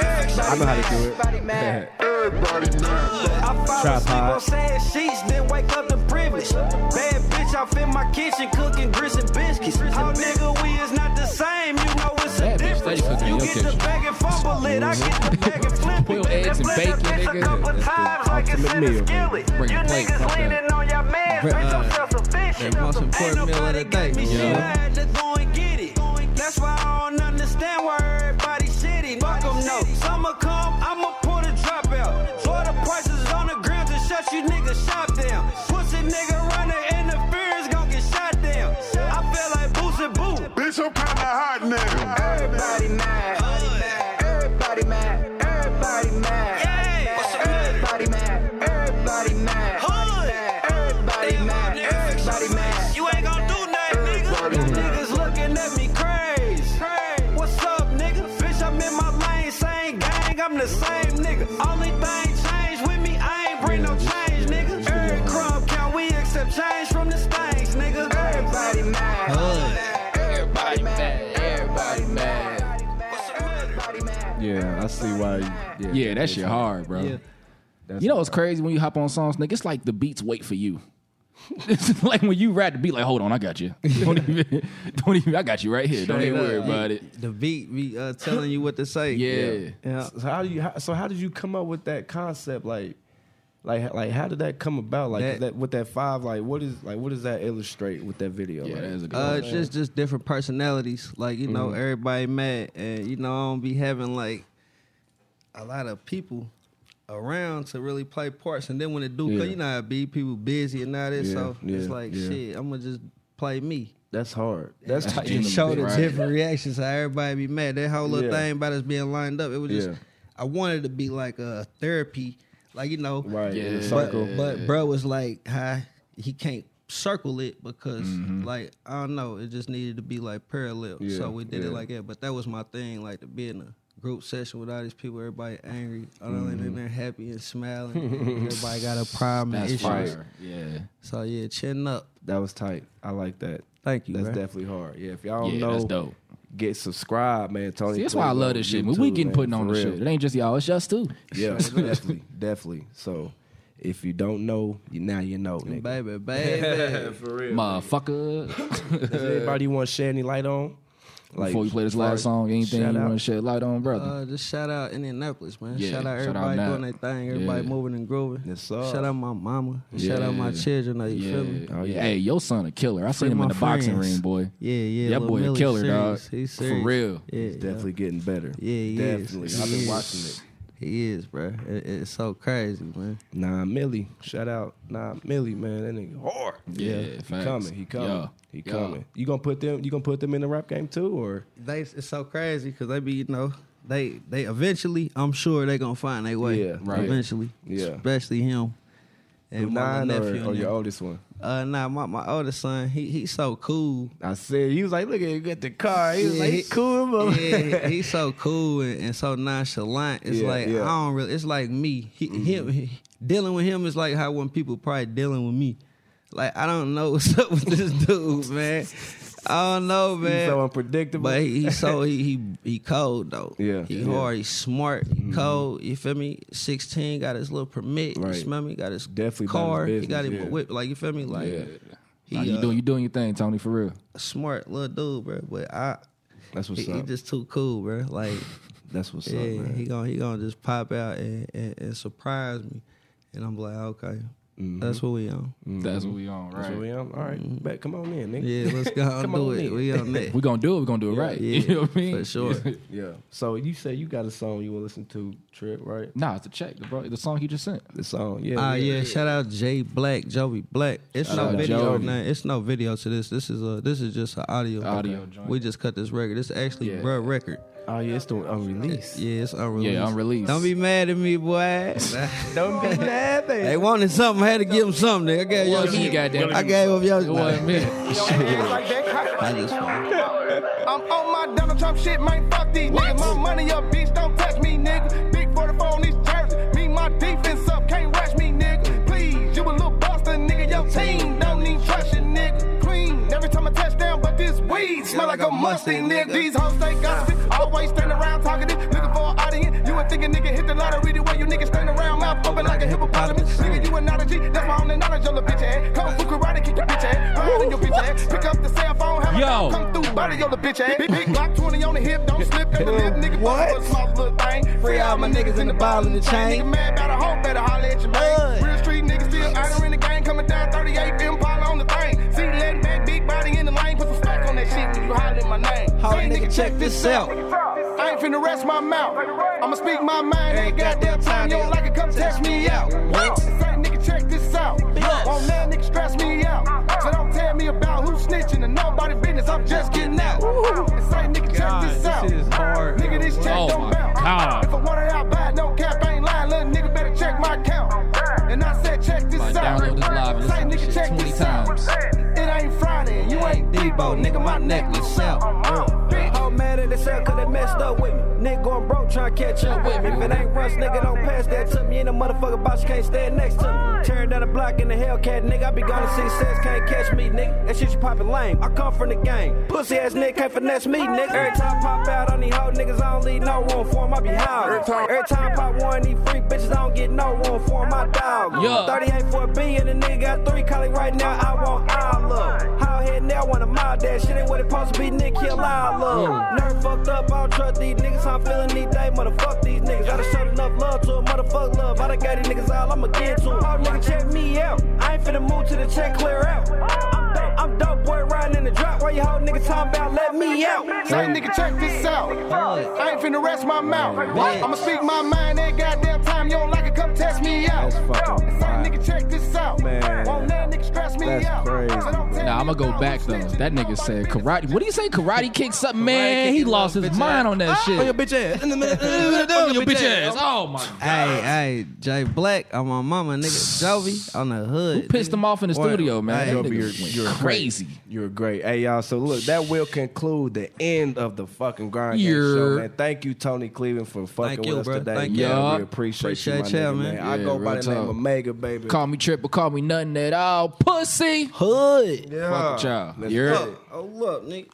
I know how to do it.
Everybody mad.
Everybody mad.
I fall asleep
Tripod.
on sand sheets, then wake up the privilege. Bad bitch off in my kitchen cooking grits and biscuits. Oh, nigga, we is not the same. You know it's a
Bad bitch,
difference.
they cooking
You
in your
get the
kitchen.
bag and fumble it. I get the bag and flip it.
Boiled eggs and
Then flip
bacon,
that bitch
nigga.
A couple
That's the
times like it's in a
ultimate meal.
skillet.
Bring
You
a plate, fuck
niggas
that. uh,
leaning on your man.
Bruh,
Make yourself sufficient.
that most
Ain't
important meal of the
nobody got
day.
me shit.
Yeah.
I had to go and get it. That's why I don't understand why everybody shitty. Fuck 'em, no. Summer come, I'ma put a drop out. Florida prices on the ground to shut you niggas shop down. Pussy nigga running interference gon' get shot down. I feel like Boosie Boo.
Bitch, I'm kinda hot now.
Everybody mad. Everybody mad. Everybody mad. Everybody mad. Everybody mad. Everybody mad. Everybody mad. You ain't gonna do nothing, nigga. You niggas looking at me crazy. What's up, nigga? Bitch, I'm in my lane, same gang. I'm the same nigga. Only thing changed with me, I ain't bring no change, nigga. Every crumb count, we accept change from the things, nigga. Everybody mad.
Everybody mad. Everybody mad.
Yeah, I see why. Yeah,
Yeah, that shit hard, bro.
Yeah.
You *laughs* know what's crazy when you hop on songs, nigga? It's like the beats wait for you. It's like when you rap the beat, like, hold on, I got you. Don't even, don't even I got you right here. Don't even
Straight
worry
up.
about it.
The beat be uh, telling you what to say.
Yeah.
yeah.
So how do you? How, so how did you come up with that concept? Like, like, like, how did that come about? Like
That-
that, with that five, like, what is like, what does that illustrate with that video?
Yeah,
like?
that is a good
Uh,
one.
it's just just different personalities. Like you know,
Mm-hmm.
everybody mad, and you know, I don't be having like a lot of people around to really play parts. And then when it do,
Yeah.
cause you know, how it be people busy and all that,
Yeah,
so it's
yeah,
like
yeah.
shit. I'm gonna just play me.
That's hard.
*laughs*
That's
That's
how
genuine.
you
It showed the
Right.
different reactions. How everybody be mad. That whole little
Yeah.
thing about us being lined up. It was just
Yeah.
I wanted to be like a therapy, like you know,
right. in
Yeah.
the
but,
circle.
but bro was like, "Hi, he can't circle it because
Mm-hmm.
like I don't know, it just needed to be like parallel."
Yeah,
so we did it
yeah.
like that. But that was my thing, like to be in a group session with all these people, everybody angry, all in there happy and smiling. everybody
*laughs*
got a problem and
Mm-hmm. That's
issues.
fire. Yeah.
So yeah, chin up.
that was tight. I like that.
Thank you.
That's
bro.
definitely hard. Yeah, if y'all don't
Yeah,
know,
that's dope.
get subscribed, man. Tony,
See, that's why I
Clay on
love this shit. man. we
YouTube,
getting
man,
putting on
for
the
real.
shit. It ain't just y'all, it's us too.
*laughs* Yeah, definitely, definitely. So if you don't know, you, now you know, nigga.
baby,
*laughs*
*laughs* baby.
Motherfucker.
Does anybody want to shed any light on? Like,
Before we play this
far
last
as-
song, anything
shout
you
out.
want to shed light on, brother?
Uh, just shout out Indianapolis, man.
Yeah,
shout out
shout out
everybody
Nap.
doing their thing, everybody
Yeah.
moving and grooving.
Yes, sir.
Shout out my mama. Shout out my
Yeah.
children. Now you
yeah.
feel me?
Oh, yeah.
Hey, your son a killer. I seen
Free
him in
my
the boxing
friends.
ring, boy.
Yeah, yeah.
That
Lil
boy a
Millie
killer,
serious.
dog.
He's
For
serious.
real.
Yeah,
It's definitely getting better.
Yeah, he
definitely.
is.
I've been
He
watching
is.
it.
He is, bro. It, it's so crazy, man.
Nah, Millie. Shout out. Nah, Millie, man. That nigga hard.
Yeah,
he
facts.
coming. He coming.
Yeah.
He
Yeah.
coming. You gonna put them? You gonna put them in the rap game too, or
They it's so crazy because they be you know they they eventually I'm sure they gonna find their way.
Yeah, right.
Eventually,
Yeah.
Especially him and my
nine
little
or,
nephew.
Oh,
or
and
your
them.
oldest one?
uh, nah, my my oldest son. He he's so cool.
I said he was like, look at you get the car. He was
Yeah,
like, *laughs*
he-
he cool, but
yeah, he's so cool and, and so nonchalant. It's
Yeah,
like I
yeah. Mm-hmm.
don't really. It's like me. He, him, he- dealing with him is like how when people probably dealing with me. Like I don't know *laughs* what's up with this dude, man. I don't know,
he's
man.
so unpredictable.
but he, he so he, he he cold though.
Yeah,
he
yeah. Mm-hmm.
hard. He smart. He cold. You feel me? Sixteen got his little permit.
Right.
You smell me? Got his
Definitely about
car.
his
he got him
business,
a
yeah.
whip. Like you feel me? Like
Yeah.
he
Nah, you
uh,
doing you doing your thing, Tony, for real.
a smart little dude, bro. But I
that's what's
he, he
up.
just too cool, bro.
*laughs*
Like.
that's what's up,
Yeah,
man.
he gonna he gonna just pop out and, and, and surprise me, and I'm like, okay,
Mm-hmm.
that's what we on.
That's what we on,
That's
right?
what we on. All right, bet. Come on in, nigga.
Mm-hmm. Yeah, let's
*laughs*
go and
Come
do
on
it.
in.
We on that.
we gonna do it, we're gonna do it right. *laughs*
yeah,
you know what I mean? *laughs*
for sure.
Yeah. So you said you got a song you want to listen to, Trip, right?
Nah, it's a check, the bro. The song he just sent.
The song, yeah.
Ah, yeah. Shout out Jay Black, Joey Black. It's
Shout
no
out
video,
Joey.
man. It's no video to this. This is a this is just an audio.
Audio joint.
We just cut this record. This actually
Yeah.
bruh record.
Oh yeah, it's the unreleased.
Yeah, it's unreleased.
Yeah, unreleased.
Don't be mad at me, boy. *laughs*
Don't be mad, baby.
they wanted something. I had to give them something. I gave y'all.
What you got there?
I gave them
It
y'all.
wasn't me.
I just
I'm on my Donald Trump shit, man. Fuck these niggas. My money up, bitch. Don't touch me, nigga. Big 44 on these jerseys. Me, my defense up. Can't rush me, nigga. Please, you a little buster, nigga. Your team don't need trust you, nigga. Clean every time I touch down, but this weed smell like a musty, nigga. These hoes stay gossiping. Always standing around talking it. Looking for an audience. You ain't thinking, nigga, hit the lottery the way you niggas stand around. Mouth open like a hippopotamus. Nigga, you a not a G. That's my only knowledge of the bitch ass. Kung Fu karate, kick your bitch ass. Ride in your bitch ass. Pick up the cell phone, have a
Yo.
dog come through, body on the bitch ass. Big Glock 20 on the hip, don't slip at the lip, nigga.
What?
fuck with a small little thing. Free all my niggas in the ball and the chain. Nigga mad about a hoe, better holler at your man. Real street niggas still out here in the game, coming down 38 Impala on the thing. See letting back, big body in the lane, put some stack on that shit when you hollering my name.
How
Say,
nigga check this out.
I ain't finna rest my mouth. I'ma speak my mind ain't goddamn time. You don't like it, come test me out. What? Say, nigga, check this out. Won't let nigga stress me out. So don't tell me about who snitching and nobody business. I'm just getting out. And say, nigga, check this out.
is hard.
Nigga, this check
Oh my
don't bounce.
God.
If I want it out bad, no cap, I ain't lying. Little nigga better check my account. And I said, check this
Like,
out.
download this live and
Say,
listen to
nigga,
this
check
shit 20
this out.
times.
It ain't Friday, you ain't Debo, nigga, my necklace out. Big hoe mad at itself cause they messed up with me. Nigga going broke trying to catch up with me. If it ain't Russ, nigga, don't pass that to me.
in a motherfucker box, you can't stand next to me. Tearing down the block in the Hellcat, nigga. I be gone to six cents, can't catch me, nigga. That shit you poppin' lame. I come from the game. Pussy ass nigga can't finesse me, nigga. Every time I pop out on these hoe niggas, I don't leave no room for 'em, I be howling. Every time I pop one, these freak bitches, I don't get no room for 'em, I dog.
Yeah.
38 for a B and the nigga got three. Call it right now, I want all of 'em. How head now, wanna mob that shit ain't what it supposed to be, nigga. Kill all of 'em. Nerd fucked up, I don't trust these niggas. How I'm feeling these days, motherfuck these niggas. I done showed enough love to 'em, motherfuck love. I done got these niggas all I'ma get to 'em. Oh, nigga, check me out. I ain't finna move to the check clear out. I'm dope, I'm dope boy riding in the drop. Why you whole nigga talking about let me out?
Say, nigga, check this out. I ain't finna rest my mouth. I'ma speak my mind that goddamn time. You don't like it, come test me out.
That's fucking
Say,
wild.
nigga, check this out.
Man.
Won't that nigga stress me
That's
out.
crazy.
So don't tell
Nah,
me
I'm gonna go
about
back
who's
though.
snitching.
That nigga said karate. What do you say? Karate kick something, man.
kick
He
your
lost
little
his
bitch
mind
ass.
on that shit.
your bitch ass.
On your
bitch
bitch
ass.
ass. Oh my god.
Hey, hey, Jay Black on my mama, nigga. Jovi on the hood.
Who pissed him off in the
Well,
studio, man?
Jovi,
That nigga
you're,
went
you're
crazy.
Great. *laughs* You're great. Hey, y'all. So look, that will conclude the end of the fucking grind Game
Yeah.
show, man. Thank you, Tony Cleveland, for fucking
Thank
with
you,
us
bro.
today.
Thank
man.
you.
We appreciate,
Appreciate
you, my
y'all,
nigga,
man.
I
Yeah,
go by the
real
name
talk.
of Mega, baby.
Call me triple, call me nothing at all. Pussy.
Hood.
Fuck with y'all.
Let's
You heard
get
it.
it.
Oh, look, nigga.